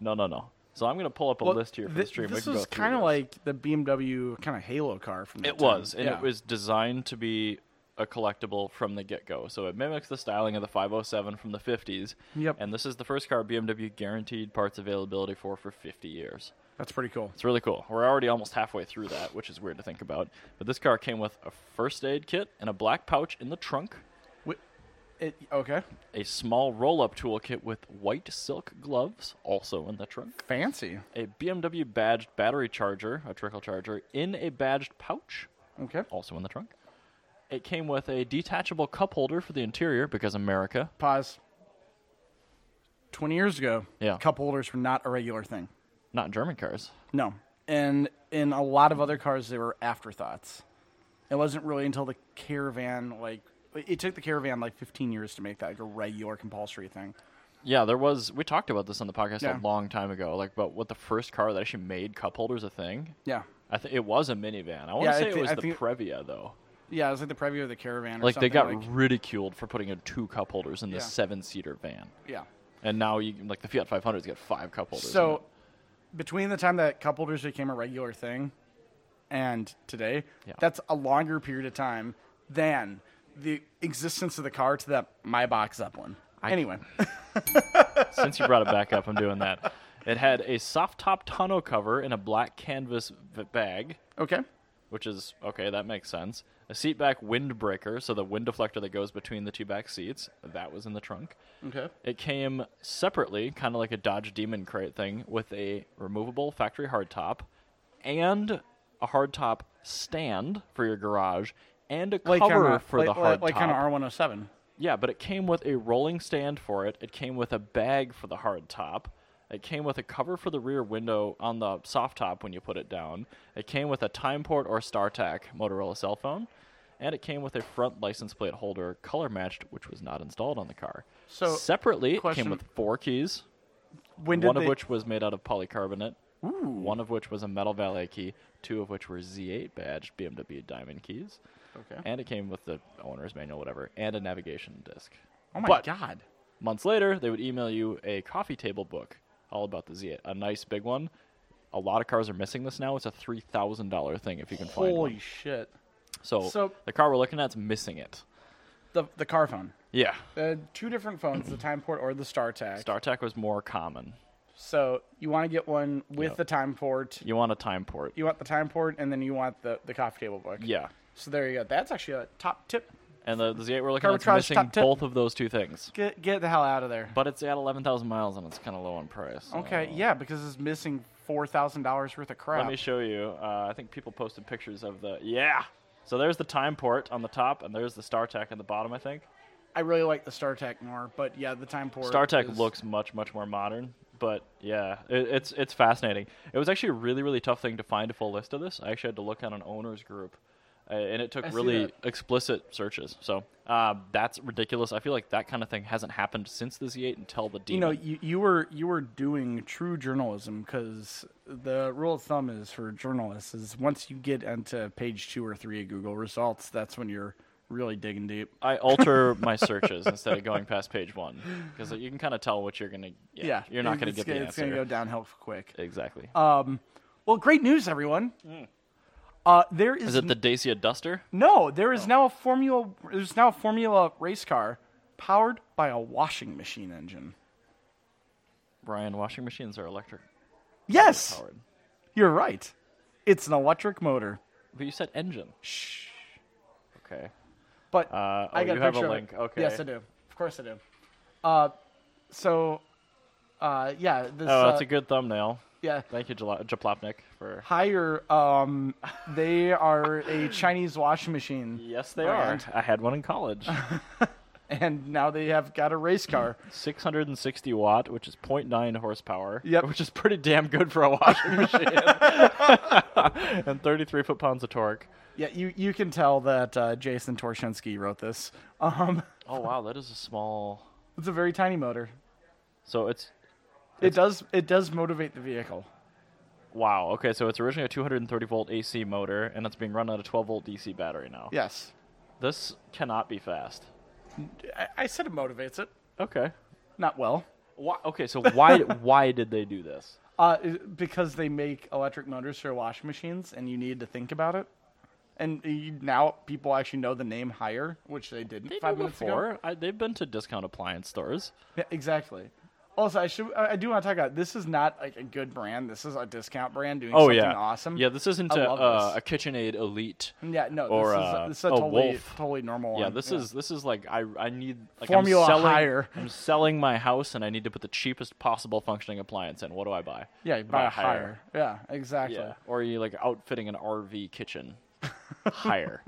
Speaker 1: No, no, no. So I'm going to pull up a
Speaker 2: Well,
Speaker 1: list here for the
Speaker 2: th-
Speaker 1: stream. We
Speaker 2: This
Speaker 1: can go
Speaker 2: was
Speaker 1: through
Speaker 2: kind of
Speaker 1: this.
Speaker 2: like the BMW kind of Halo car from that
Speaker 1: It
Speaker 2: time.
Speaker 1: was, and
Speaker 2: Yeah.
Speaker 1: it was designed to be a collectible from the get go. So it mimics the styling of the 507 from the 50s.
Speaker 2: Yep.
Speaker 1: And this is the first car BMW guaranteed parts availability for for 50 years.
Speaker 2: That's pretty cool.
Speaker 1: It's really cool. We're already almost halfway through that, which is weird to think about. But this car came with a first aid kit and a black pouch in the trunk,
Speaker 2: Wi- It, okay,
Speaker 1: a small roll up tool kit with white silk gloves, also in the trunk.
Speaker 2: fancy.
Speaker 1: a BMW badged battery charger, a trickle charger, in a badged pouch,
Speaker 2: Okay.
Speaker 1: also in the trunk. It came with a detachable cup holder for the interior because America.
Speaker 2: Pause. Twenty years ago,
Speaker 1: Yeah.
Speaker 2: cup holders were not a regular thing.
Speaker 1: Not in German cars.
Speaker 2: No, and in a lot of other cars, they were afterthoughts. It wasn't really until the Caravan, like it took the Caravan like 15 years to make that like a regular compulsory thing.
Speaker 1: Yeah, there was. We talked about this on the podcast
Speaker 2: Yeah.
Speaker 1: a long time ago, like about what the first car that actually made cup holders a thing.
Speaker 2: Yeah,
Speaker 1: I think it was a minivan. I want to
Speaker 2: Yeah, I
Speaker 1: say
Speaker 2: thi-
Speaker 1: it was
Speaker 2: I
Speaker 1: the
Speaker 2: think-
Speaker 1: Previa though.
Speaker 2: yeah, it was like the preview of the Caravan. Or
Speaker 1: Like they
Speaker 2: something,
Speaker 1: got
Speaker 2: like,
Speaker 1: ridiculed for putting in two cup holders in this
Speaker 2: Yeah.
Speaker 1: seven-seater van,
Speaker 2: yeah.
Speaker 1: and now you like the Fiat 500's got five cup holders. in it.
Speaker 2: So between the time that cup holders became a regular thing and today,
Speaker 1: Yeah.
Speaker 2: that's a longer period of time than the existence of the car to that my box up one. anyway,
Speaker 1: since you brought it back up, I'm doing that. It had a soft top tonneau cover in a black canvas v- bag,
Speaker 2: okay.
Speaker 1: which is okay. That makes sense. A seat back windbreaker, so the wind deflector that goes between the two back seats, that was in the trunk.
Speaker 2: Okay.
Speaker 1: It came separately, kind of like a Dodge Demon crate thing, with a removable factory hardtop and a hardtop stand for your garage and a
Speaker 2: Like
Speaker 1: cover
Speaker 2: kinda, oh
Speaker 1: for
Speaker 2: like,
Speaker 1: the
Speaker 2: like,
Speaker 1: hardtop.
Speaker 2: like kind of R107.
Speaker 1: Yeah, but it came with a rolling stand for it. It came with a bag for the hard top. It came with a cover for the rear window on the soft top when you put it down. It came with a Timeport or StarTAC Motorola cell phone. And it came with a front license plate holder, color matched, which was not installed on the car.
Speaker 2: So,
Speaker 1: separately, it
Speaker 2: question-
Speaker 1: came with four keys,
Speaker 2: When did
Speaker 1: one of
Speaker 2: they-
Speaker 1: which was made out of polycarbonate, one of which was a metal valet key, two of which were Z8 badged BMW diamond keys,
Speaker 2: Okay.
Speaker 1: and it came with the owner's manual, whatever, and a navigation disc.
Speaker 2: Oh my
Speaker 1: but
Speaker 2: god.
Speaker 1: Months later, they would email you a coffee table book all about the Z8, a nice big one. A lot of cars are missing this now. It's a three thousand dollar thing if you can find
Speaker 2: Holy
Speaker 1: one.
Speaker 2: shit.
Speaker 1: So,
Speaker 2: so-
Speaker 1: the car we're looking at's missing it.
Speaker 2: The the car phone.
Speaker 1: Yeah,
Speaker 2: Uh, two different phones, the Timeport or the StarTAC.
Speaker 1: StarTAC was more common.
Speaker 2: so you want to get one with
Speaker 1: Yeah.
Speaker 2: the Timeport.
Speaker 1: You want a time port?
Speaker 2: You want the Timeport, and then you want the, the coffee table book.
Speaker 1: Yeah,
Speaker 2: So there you go. That's actually a top tip.
Speaker 1: and the, the Z8 we're looking at's
Speaker 2: Carbitrage
Speaker 1: missing
Speaker 2: top tip.
Speaker 1: both of those two things.
Speaker 2: Get get the hell out of there.
Speaker 1: But it's at eleven thousand miles and it's kind of low on price. so-
Speaker 2: okay, yeah, because it's missing four thousand dollars worth of crap.
Speaker 1: Let me show you. Uh, I think people posted pictures of the yeah. So there's the time port on the top, and there's the StarTech on the bottom, I think.
Speaker 2: I really like the StarTech more, but yeah, the time port.
Speaker 1: StarTech
Speaker 2: is-
Speaker 1: looks much, much more modern. But yeah, it, it's it's fascinating. It was actually a really, really tough thing to find a full list of this. I actually had to look on an owners group, uh, and it took
Speaker 2: I see
Speaker 1: really
Speaker 2: that.
Speaker 1: explicit searches. So uh, that's ridiculous. I feel like that kind of thing hasn't happened since the Z8 until the D.
Speaker 2: You know, you, you were you were doing true journalism because the rule of thumb is for journalists is once you get into page two or three of Google results, that's when you're really digging deep.
Speaker 1: I alter my searches instead of going past page one because you can kind of tell what you're gonna. Yeah, you're not gonna
Speaker 2: it's
Speaker 1: get
Speaker 2: gonna-
Speaker 1: the
Speaker 2: It's
Speaker 1: answer.
Speaker 2: going to go downhill quick.
Speaker 1: Exactly.
Speaker 2: Um, well, great news, everyone. Uh, there is,
Speaker 1: Mm. Is it the Dacia Duster?
Speaker 2: no, there is now a formula. There's now a formula race car powered by a washing machine engine.
Speaker 1: Ryan, washing machines are electric
Speaker 2: Yes,
Speaker 1: powered.
Speaker 2: you're right. It's an electric motor.
Speaker 1: But you said engine.
Speaker 2: Shh.
Speaker 1: Okay.
Speaker 2: But
Speaker 1: Uh, oh,
Speaker 2: I got
Speaker 1: you
Speaker 2: a
Speaker 1: have a
Speaker 2: picture of it.
Speaker 1: link. Okay.
Speaker 2: Yes, I do. Of course, I do. Uh, so, uh, yeah. This,
Speaker 1: Oh,
Speaker 2: uh,
Speaker 1: that's a good thumbnail.
Speaker 2: yeah.
Speaker 1: Thank you, Jala- Japlopnik, for.
Speaker 2: Higher. Um, they are a Chinese washing machine.
Speaker 1: Yes, they
Speaker 2: brand,
Speaker 1: are. I had one in college.
Speaker 2: And now they have got a race car.
Speaker 1: 660 watt, which is 0.9 horsepower.
Speaker 2: Yep.
Speaker 1: Which is pretty damn good for a washing machine. and 33 foot pounds of torque.
Speaker 2: Yeah, you, you can tell that uh, Jason Torshinsky wrote this. Um,
Speaker 1: Oh wow, that is a small.
Speaker 2: it's a very tiny motor.
Speaker 1: So it's
Speaker 2: It does it does motivate the vehicle.
Speaker 1: wow. Okay, so it's originally a 230 volt AC motor, and it's being run on a 12 volt DC battery now.
Speaker 2: Yes,
Speaker 1: This cannot be fast.
Speaker 2: I, I said it motivates it.
Speaker 1: Okay.
Speaker 2: Not well,
Speaker 1: Why, okay, so why why did they do this?
Speaker 2: uh, i- because they make electric motors for washing machines, and you need to think about it. And you, now people actually know the name Higher, which they didn't
Speaker 1: They
Speaker 2: five
Speaker 1: knew
Speaker 2: minutes ago.
Speaker 1: before. I, they've been to discount appliance stores.
Speaker 2: Yeah, exactly. Also, I should I I do want to talk about this is not like a good brand. This is a discount brand doing something awesome.
Speaker 1: Oh, Yeah, this isn't
Speaker 2: I
Speaker 1: a,
Speaker 2: love
Speaker 1: uh,
Speaker 2: this.
Speaker 1: a KitchenAid Elite.
Speaker 2: Yeah, no,
Speaker 1: Or,
Speaker 2: this, is,
Speaker 1: uh,
Speaker 2: this is a
Speaker 1: a
Speaker 2: totally,
Speaker 1: wolf.
Speaker 2: totally normal
Speaker 1: Yeah,
Speaker 2: one.
Speaker 1: this is this is like I I need like
Speaker 2: Formula
Speaker 1: I'm selling,
Speaker 2: higher.
Speaker 1: I'm selling my house and I need to put the cheapest possible functioning appliance in. What do I buy?
Speaker 2: Yeah, you buy
Speaker 1: Buy
Speaker 2: a
Speaker 1: higher.
Speaker 2: higher. Yeah, exactly.
Speaker 1: Yeah. Or you like outfitting an RV kitchen higher.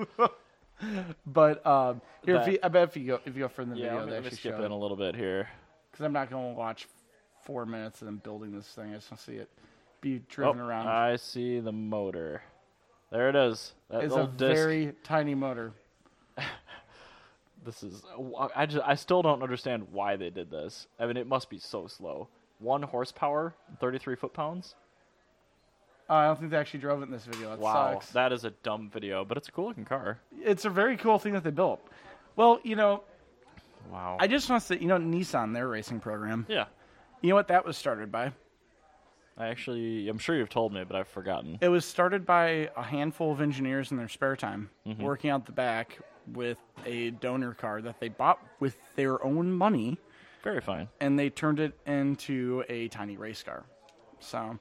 Speaker 2: But um, here, if
Speaker 1: But-
Speaker 2: you, I bet if you go if you go further in the
Speaker 1: yeah,
Speaker 2: video,
Speaker 1: I'm
Speaker 2: they
Speaker 1: gonna
Speaker 2: actually
Speaker 1: skip
Speaker 2: show
Speaker 1: in a little bit here.
Speaker 2: because I'm not going to watch four minutes of them building this thing. I just want to see it be
Speaker 1: Oh,
Speaker 2: driven around.
Speaker 1: I see the motor. There it is. That
Speaker 2: it's a
Speaker 1: little disc.
Speaker 2: very tiny motor.
Speaker 1: This is I just I still don't understand why they did this. I mean, it must be so slow. One horsepower, thirty-three foot-pounds.
Speaker 2: Uh, I don't think they actually drove it in this video. It
Speaker 1: Wow,
Speaker 2: sucks.
Speaker 1: that is a dumb video, but it's a cool-looking car.
Speaker 2: it's a very cool thing that they built. Well, you know,
Speaker 1: Wow.
Speaker 2: I just want to say, you know, Nissan, their racing program.
Speaker 1: yeah,
Speaker 2: You know what that was started by?
Speaker 1: I actually I'm sure you've told me, but I've forgotten.
Speaker 2: It was started by a handful of engineers in their spare time,
Speaker 1: Mm-hmm.
Speaker 2: working out the back with a donor car that they bought with their own money,
Speaker 1: Very fine.
Speaker 2: and they turned it into a tiny race car. So,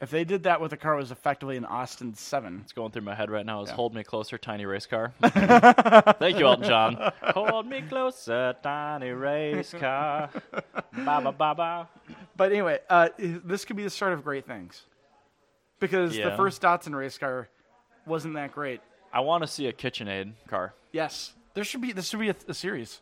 Speaker 2: if they did that with a car that was effectively an Austin Seven,
Speaker 1: It's going through my head right now. Is hold me closer, tiny race car. Thank you, Elton John. hold me closer, tiny race car. Ba ba ba ba.
Speaker 2: but anyway, uh, i- this could be the start of great things, because the
Speaker 1: Yeah.
Speaker 2: first Datsun race car wasn't that great.
Speaker 1: I want to see a KitchenAid car.
Speaker 2: Yes, there should be this should be a, a series.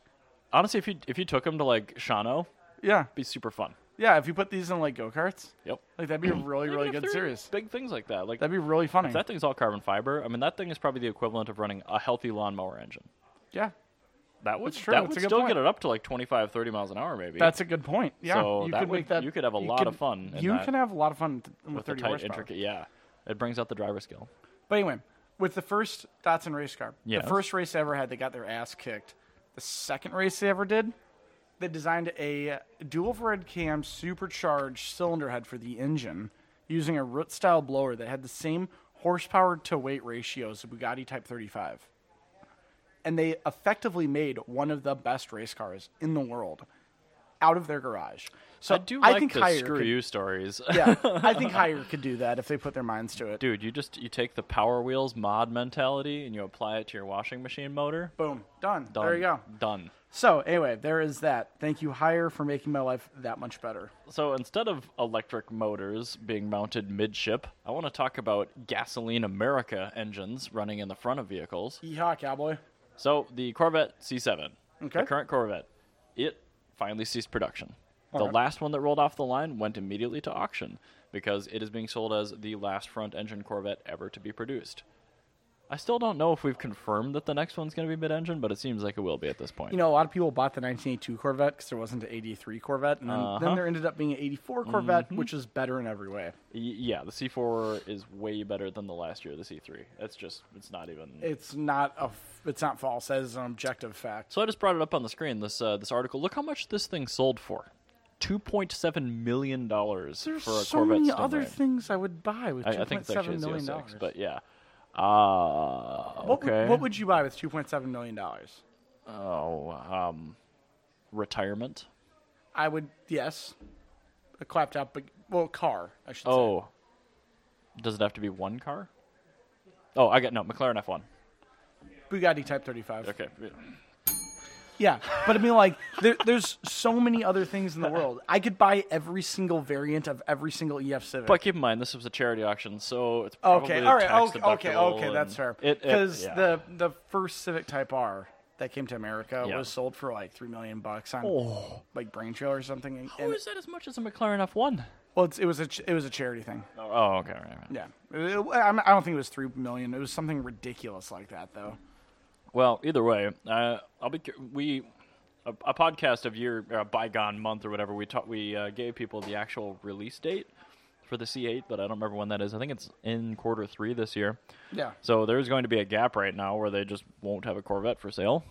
Speaker 1: Honestly, if you if you took him to like Shano, it'd
Speaker 2: Yeah,
Speaker 1: be super fun.
Speaker 2: yeah. If you put these in like go karts,
Speaker 1: Yep.
Speaker 2: like that'd be a really
Speaker 1: Even
Speaker 2: really
Speaker 1: if
Speaker 2: good
Speaker 1: they're
Speaker 2: series.
Speaker 1: Big things like that. Like
Speaker 2: That'd be really funny.
Speaker 1: that thing's all carbon fiber. I mean, that thing is probably the equivalent of running a healthy lawnmower engine.
Speaker 2: Yeah,
Speaker 1: That would
Speaker 2: That's true.
Speaker 1: that
Speaker 2: That's
Speaker 1: would
Speaker 2: a good
Speaker 1: still
Speaker 2: point.
Speaker 1: get it up to like 25, 30 miles an hour maybe.
Speaker 2: that's a good point. Yeah,
Speaker 1: So
Speaker 2: you
Speaker 1: that
Speaker 2: could
Speaker 1: would-
Speaker 2: make that.
Speaker 1: you could have a lot of fun in
Speaker 2: You
Speaker 1: that.
Speaker 2: can have a lot of fun t- with,
Speaker 1: with the
Speaker 2: 30
Speaker 1: tight
Speaker 2: horsepower.
Speaker 1: intricate. Yeah, it brings out the driver skill.
Speaker 2: But anyway, with the first Datsun race car,
Speaker 1: Yes.
Speaker 2: the first race they ever had, they got their ass kicked. The second race they ever did, they designed a dual overhead cam supercharged cylinder head for the engine using a root style blower that had the same horsepower to weight ratio as a Bugatti Type 35. And they effectively made one of the best race cars in the world. out of their garage. So
Speaker 1: I do like
Speaker 2: think
Speaker 1: the
Speaker 2: higher
Speaker 1: screw
Speaker 2: could-
Speaker 1: you stories.
Speaker 2: yeah, I think higher could do that if they put their minds to it.
Speaker 1: Dude, you just you take the Power Wheels mod mentality and you apply it to your washing machine motor.
Speaker 2: Boom, done.
Speaker 1: Done.
Speaker 2: There you go.
Speaker 1: Done.
Speaker 2: So anyway, there is that. Thank you, Hire, for making my life that much better.
Speaker 1: So instead of electric motors being mounted midship, I want to talk about gasoline America engines running in the front of vehicles.
Speaker 2: Yeehaw, cowboy.
Speaker 1: So the Corvette C7,
Speaker 2: Okay.
Speaker 1: the current Corvette, it finally ceased production. The
Speaker 2: Alright.
Speaker 1: last one that rolled off the line went immediately to auction because it is being sold as the last front engine Corvette ever to be produced. I still don't know if we've confirmed that the next one's going to be mid engine, but it seems like it will be at this point.
Speaker 2: You know, a lot of people bought the 1982 Corvette because there wasn't an 83 Corvette, and then,
Speaker 1: Uh-huh.
Speaker 2: then there ended up being an 84 Corvette,
Speaker 1: Mm-hmm.
Speaker 2: which is better in every way.
Speaker 1: Y- yeah, the C4 is way better than the last year, the C3. That's just, it's not even.
Speaker 2: It's not a, f- it's not false. That is an objective fact.
Speaker 1: So I just brought it up on the screen. This uh, this article. Look how much this thing sold for. Two point seven million dollars for a
Speaker 2: There's
Speaker 1: Corvette.
Speaker 2: so many
Speaker 1: Stingray.
Speaker 2: other things I would buy with
Speaker 1: I, I
Speaker 2: two
Speaker 1: think
Speaker 2: point
Speaker 1: it's actually
Speaker 2: seven
Speaker 1: a
Speaker 2: million
Speaker 1: Z06,
Speaker 2: dollars.
Speaker 1: but yeah. Uh,
Speaker 2: what, would-
Speaker 1: okay.
Speaker 2: what would you buy with two point seven million dollars?
Speaker 1: oh um, retirement.
Speaker 2: I would yes, a clapped out, but well, car. I should say.
Speaker 1: Oh, does it have to be one car? Oh, I got no McLaren F1.
Speaker 2: Bugatti Type thirty five.
Speaker 1: Okay.
Speaker 2: Yeah, but I mean, like, there, there's so many other things in the world. I could buy every single variant of every single EF Civic.
Speaker 1: But keep in mind, this was a charity auction, so it's probably
Speaker 2: okay, all right,
Speaker 1: tax
Speaker 2: okay, okay,
Speaker 1: deductible
Speaker 2: okay,
Speaker 1: and
Speaker 2: that's fair.
Speaker 1: It
Speaker 2: Because
Speaker 1: yeah.
Speaker 2: the the first Civic Type R that came to America
Speaker 1: Yeah. Oh.
Speaker 2: was sold for like three million bucks on like Brain Trail or something. And,
Speaker 1: How
Speaker 2: and-
Speaker 1: is that as much as a McLaren F1?
Speaker 2: well, it's, it was a ch- it was a charity thing.
Speaker 1: Oh, oh, okay, right, right.
Speaker 2: Yeah, It- it- I'm- I don't think it was three million. It was something ridiculous like that, though.
Speaker 1: Well, either way, uh, I'll be cur- we a, a podcast of year uh, bygone month or whatever. We taught we uh, gave people the actual release date for the C8, but I don't remember when that is. I think it's in quarter three this year.
Speaker 2: Yeah.
Speaker 1: So there's going to be a gap right now where they just won't have a Corvette for sale,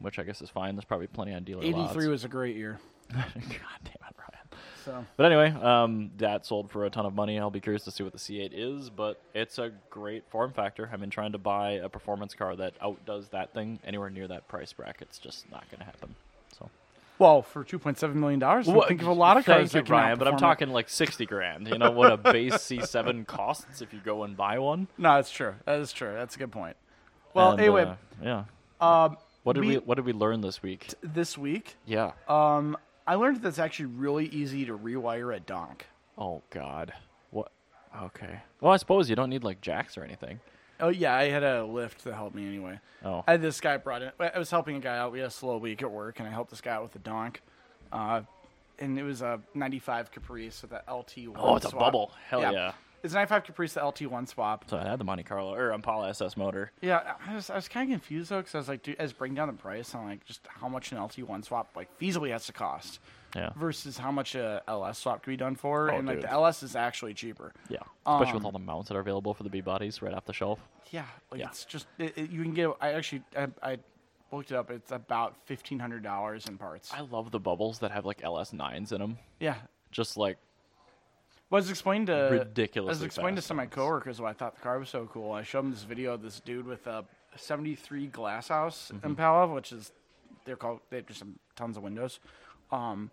Speaker 1: which I guess is fine. There's probably plenty on dealer
Speaker 2: Eighty
Speaker 1: lots.
Speaker 2: three was a great year.
Speaker 1: God damn it, Ryan.
Speaker 2: So
Speaker 1: But anyway, um, that sold for a ton of money. I'll be curious to see what the C8 is, but it's a great form factor. I mean, trying to buy a performance car that outdoes that thing anywhere near that price bracket's just not going to happen. So
Speaker 2: well, for two point seven million dollars, I think of a lot of
Speaker 1: Thank
Speaker 2: cars.
Speaker 1: you,
Speaker 2: that can
Speaker 1: Brian, but I'm
Speaker 2: outperform it.
Speaker 1: talking like sixty grand. You know what a base C7 costs if you go and buy one.
Speaker 2: No, that's true. That is true. That's a good point. Well,
Speaker 1: And,
Speaker 2: anyway,
Speaker 1: uh, yeah.
Speaker 2: um,
Speaker 1: What did we,
Speaker 2: we-
Speaker 1: What did we learn this week? Uh,
Speaker 2: this week,
Speaker 1: Yeah.
Speaker 2: um, I learned that it's actually really easy to rewire a donk.
Speaker 1: oh God. What? Okay. Well, I suppose you don't need like jacks or anything.
Speaker 2: Oh yeah, I had a lift that helped me anyway.
Speaker 1: Oh.
Speaker 2: I had this guy brought in. I was helping a guy out. We had a slow week at work, and I helped this guy out with a donk. Uh, and it was a '95 Caprice with a LT. one
Speaker 1: Oh, it's a
Speaker 2: swap.
Speaker 1: bubble. Hell yeah.
Speaker 2: It's a '95 Caprice, the LT one swap.
Speaker 1: So I had the Monte Carlo or Impala SS motor.
Speaker 2: Yeah, I was, I was kind of confused though, because I was like, dude, I was bringing down the price on like just how much an LT one swap like feasibly has to cost.
Speaker 1: Yeah.
Speaker 2: versus how much a LS swap could be done for,
Speaker 1: Oh,
Speaker 2: and like
Speaker 1: dude.
Speaker 2: the LS is actually cheaper.
Speaker 1: Yeah, especially with
Speaker 2: Um,
Speaker 1: all the mounts that are available for the B bodies right off the shelf.
Speaker 2: Yeah, like
Speaker 1: Yeah.
Speaker 2: it's just it, it- you can get. I actually I, I looked it up. It's about fifteen hundred dollars in parts.
Speaker 1: I love the bubbles that have like LS nines in them.
Speaker 2: yeah,
Speaker 1: Just like
Speaker 2: was explained to
Speaker 1: Ridiculously
Speaker 2: Was explained to
Speaker 1: fast
Speaker 2: some of my
Speaker 1: ones.
Speaker 2: coworkers why I thought the car was so cool. I showed them this video of this dude with a seventy three glass house
Speaker 1: Mm-hmm.
Speaker 2: Impala, which is they're called they have just tons of windows. Um,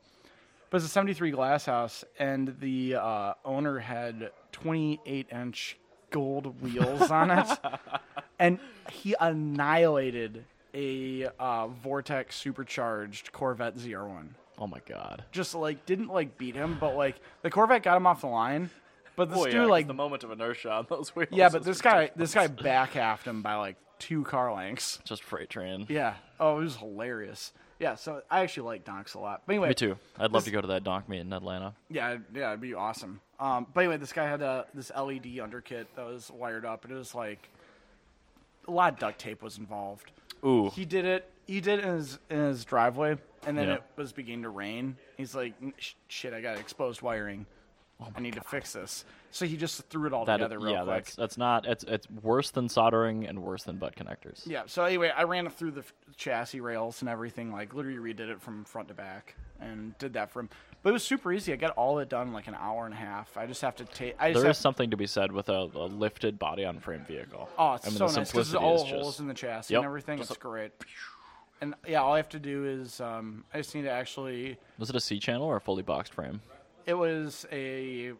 Speaker 2: But it's a 73 glass house, and the uh, owner had 28 inch gold wheels on it. And he annihilated a uh, Vortex supercharged Corvette ZR1.
Speaker 1: oh my god.
Speaker 2: Just like, didn't like beat him, but like, the Corvette got him off the line. But this dude, like,
Speaker 1: moment of inertia on those wheels.
Speaker 2: yeah, but this guy, this guy back halved him by like two car lengths.
Speaker 1: just freight train.
Speaker 2: Yeah. Oh, it was hilarious. Yeah, so I actually like Donks a lot. But anyway,
Speaker 1: Me too. I'd love to go to that donk meet in Atlanta.
Speaker 2: Yeah, it- yeah, it'd be awesome. Um, but anyway, this guy had a, this LED underkit that was wired up, and it was like a lot of duct tape was involved.
Speaker 1: Ooh.
Speaker 2: He did it. He did it in his in his driveway, and then
Speaker 1: Yeah.
Speaker 2: it was beginning to rain. He's like, "N- sh- "Shit, I got exposed wiring. I need to fix this." So he just threw it all
Speaker 1: Oh That
Speaker 2: together real
Speaker 1: yeah,
Speaker 2: quick.
Speaker 1: that's that's not it's it's worse than soldering and worse than butt connectors.
Speaker 2: Yeah. So anyway, I ran it through the f- chassis rails and everything. Like literally redid it from front to back and did that from. But it was super easy. I got all it done in like an hour and a half. I just have to take. I just
Speaker 1: There
Speaker 2: have
Speaker 1: is something to be said with a, a lifted body on frame vehicle.
Speaker 2: Oh, it's
Speaker 1: I mean,
Speaker 2: so
Speaker 1: the
Speaker 2: nice. This is
Speaker 1: simplicity
Speaker 2: all
Speaker 1: is
Speaker 2: holes
Speaker 1: just-
Speaker 2: in the chassis
Speaker 1: Yep.
Speaker 2: and everything.
Speaker 1: Just
Speaker 2: it's great. And yeah, all I have to do is um, I just need to actually.
Speaker 1: Was it a C channel or a fully boxed frame?
Speaker 2: It was a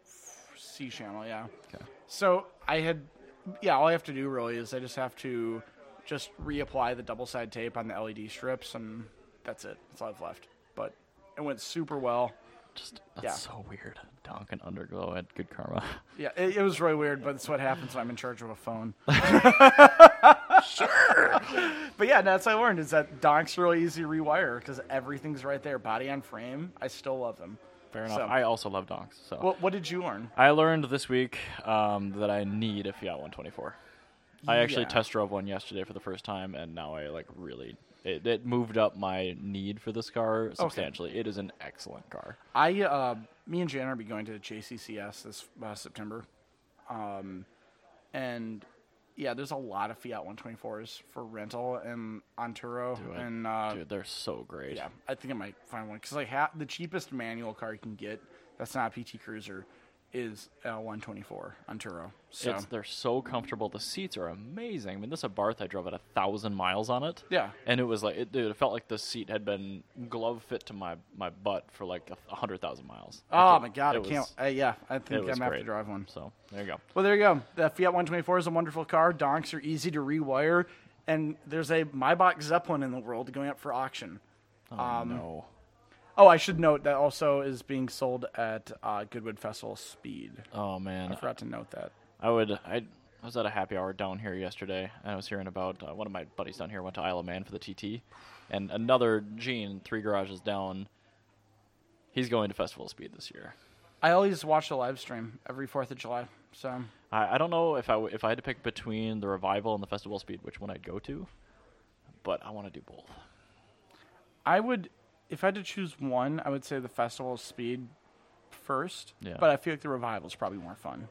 Speaker 2: C channel, yeah.
Speaker 1: Okay.
Speaker 2: So I had, yeah, all I have to do really is I just have to just reapply the double side tape on the LED strips, and that's it. That's all I've left. But it went super well.
Speaker 1: Just that's
Speaker 2: Yeah.
Speaker 1: so weird. Donk and Underglow had good karma.
Speaker 2: Yeah, it, it was really weird, but it's what happens when I'm in charge of a phone. sure. But yeah, that's what I learned is that Donk's really easy to rewire because everything's right there, body on frame. I still love them.
Speaker 1: Fair enough.
Speaker 2: So-
Speaker 1: I also love donks. So
Speaker 2: What, what did you learn?
Speaker 1: I learned this week um, that I need a Fiat 124. I actually
Speaker 2: Yeah.
Speaker 1: test drove one yesterday for the first time, and now I like really it, it moved up my need for this car substantially. It is an excellent car.
Speaker 2: I, uh, me and Jan are be going to JCCS this uh, September, um, and yeah, there's a lot of Fiat 124s for rental and on Turo,
Speaker 1: But,
Speaker 2: and uh,
Speaker 1: dude, they're so great.
Speaker 2: yeah, I think I might find one because like ha- the cheapest manual car you can get that's not a PT Cruiser is uh, a 124 on Turo. So
Speaker 1: It's, they're so comfortable. The seats are amazing. I mean, this Abarth I drove at a thousand miles on it.
Speaker 2: Yeah.
Speaker 1: and it was like, it, dude, it felt like the seat had been glove fit to my my butt for like a th- a hundred thousand miles.
Speaker 2: oh
Speaker 1: Like,
Speaker 2: my
Speaker 1: it-
Speaker 2: god,
Speaker 1: it
Speaker 2: I
Speaker 1: was-
Speaker 2: can't. I, yeah, I
Speaker 1: it
Speaker 2: think I'm
Speaker 1: was
Speaker 2: gonna have to
Speaker 1: great.
Speaker 2: drive one.
Speaker 1: So there you go.
Speaker 2: Well, there you go. The Fiat 124 is a wonderful car. Donks are easy to rewire, and there's a Maybach Zeppelin in the world going up for auction.
Speaker 1: Oh,
Speaker 2: Um,
Speaker 1: no.
Speaker 2: Oh, I should note that also is being sold at uh, Goodwood Festival Speed.
Speaker 1: Oh man,
Speaker 2: Forgot to note that.
Speaker 1: I would. I was at a happy hour down here yesterday, and I was hearing about uh, one of my buddies down here went to Isle of Man for the TT, and another Gene, three garages down, he's going to Festival of Speed this year.
Speaker 2: I always watch the live stream every Fourth of July. So
Speaker 1: I, I don't know if I w- if I had to pick between the revival and the Festival of Speed, which one I'd go to, but I want to do both.
Speaker 2: I would, if I had to choose one, I would say the Festival of Speed first.
Speaker 1: Yeah.
Speaker 2: But I feel like the revival is probably more fun.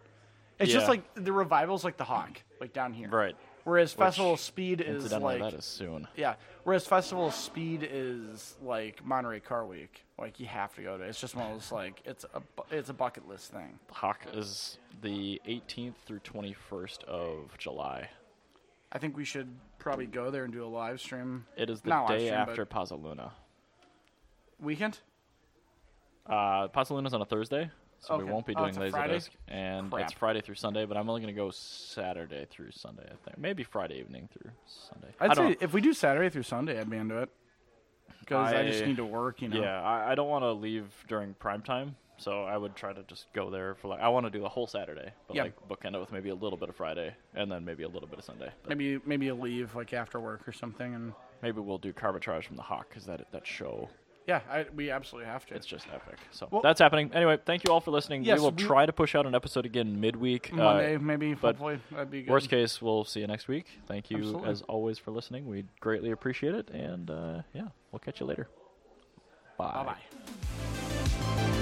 Speaker 2: It's just
Speaker 1: Yeah.
Speaker 2: like the revival's like the hawk, like down here.
Speaker 1: Right.
Speaker 2: Whereas Festival of
Speaker 1: Which,
Speaker 2: Speed is
Speaker 1: Incidentally,
Speaker 2: like
Speaker 1: that is soon.
Speaker 2: Yeah. Whereas Festival of Speed is like Monterey Car Week. Like you have to go to. it. It's just one of those like it's a bu- it's a bucket list thing.
Speaker 1: Hawk is the 18th through 21st of July.
Speaker 2: I think we should probably go there and do a live stream.
Speaker 1: It is the
Speaker 2: Not live
Speaker 1: day
Speaker 2: stream, but
Speaker 1: after Pazaluna.
Speaker 2: weekend.
Speaker 1: Uh, Pasaluna's on a Thursday, so
Speaker 2: Okay.
Speaker 1: we won't be
Speaker 2: Oh,
Speaker 1: doing
Speaker 2: it's a
Speaker 1: Laser
Speaker 2: Friday?
Speaker 1: Disc. And
Speaker 2: Crap.
Speaker 1: it's Friday through Sunday, but I'm only going to go Saturday through Sunday, I think. Maybe Friday evening through Sunday.
Speaker 2: I'd
Speaker 1: I do
Speaker 2: say if we do Saturday through Sunday, I'd be into it. Because I, just
Speaker 1: I-
Speaker 2: need to work, you know.
Speaker 1: Yeah, I, I don't want to leave during prime time, so I would try to just go there for like. I want to do the whole Saturday, but
Speaker 2: Yeah.
Speaker 1: like bookend it with maybe a little bit of Friday and then maybe a little bit of Sunday. But
Speaker 2: Maybe maybe you leave like after work or something, and
Speaker 1: maybe we'll do Carbitrage from the Hawk because that that show
Speaker 2: yeah, I, we absolutely have to.
Speaker 1: It's just epic. So
Speaker 2: Well-
Speaker 1: that's happening. Anyway, thank you all for listening.
Speaker 2: Yes,
Speaker 1: we will
Speaker 2: we-
Speaker 1: try to push out an episode again midweek. Uh,
Speaker 2: Monday, maybe,
Speaker 1: but
Speaker 2: hopefully, that'd be good.
Speaker 1: worst case, we'll see you next week. Thank you
Speaker 2: Absolutely.
Speaker 1: as always for listening. We greatly appreciate it, and uh, yeah, we'll catch you later.
Speaker 2: Bye bye.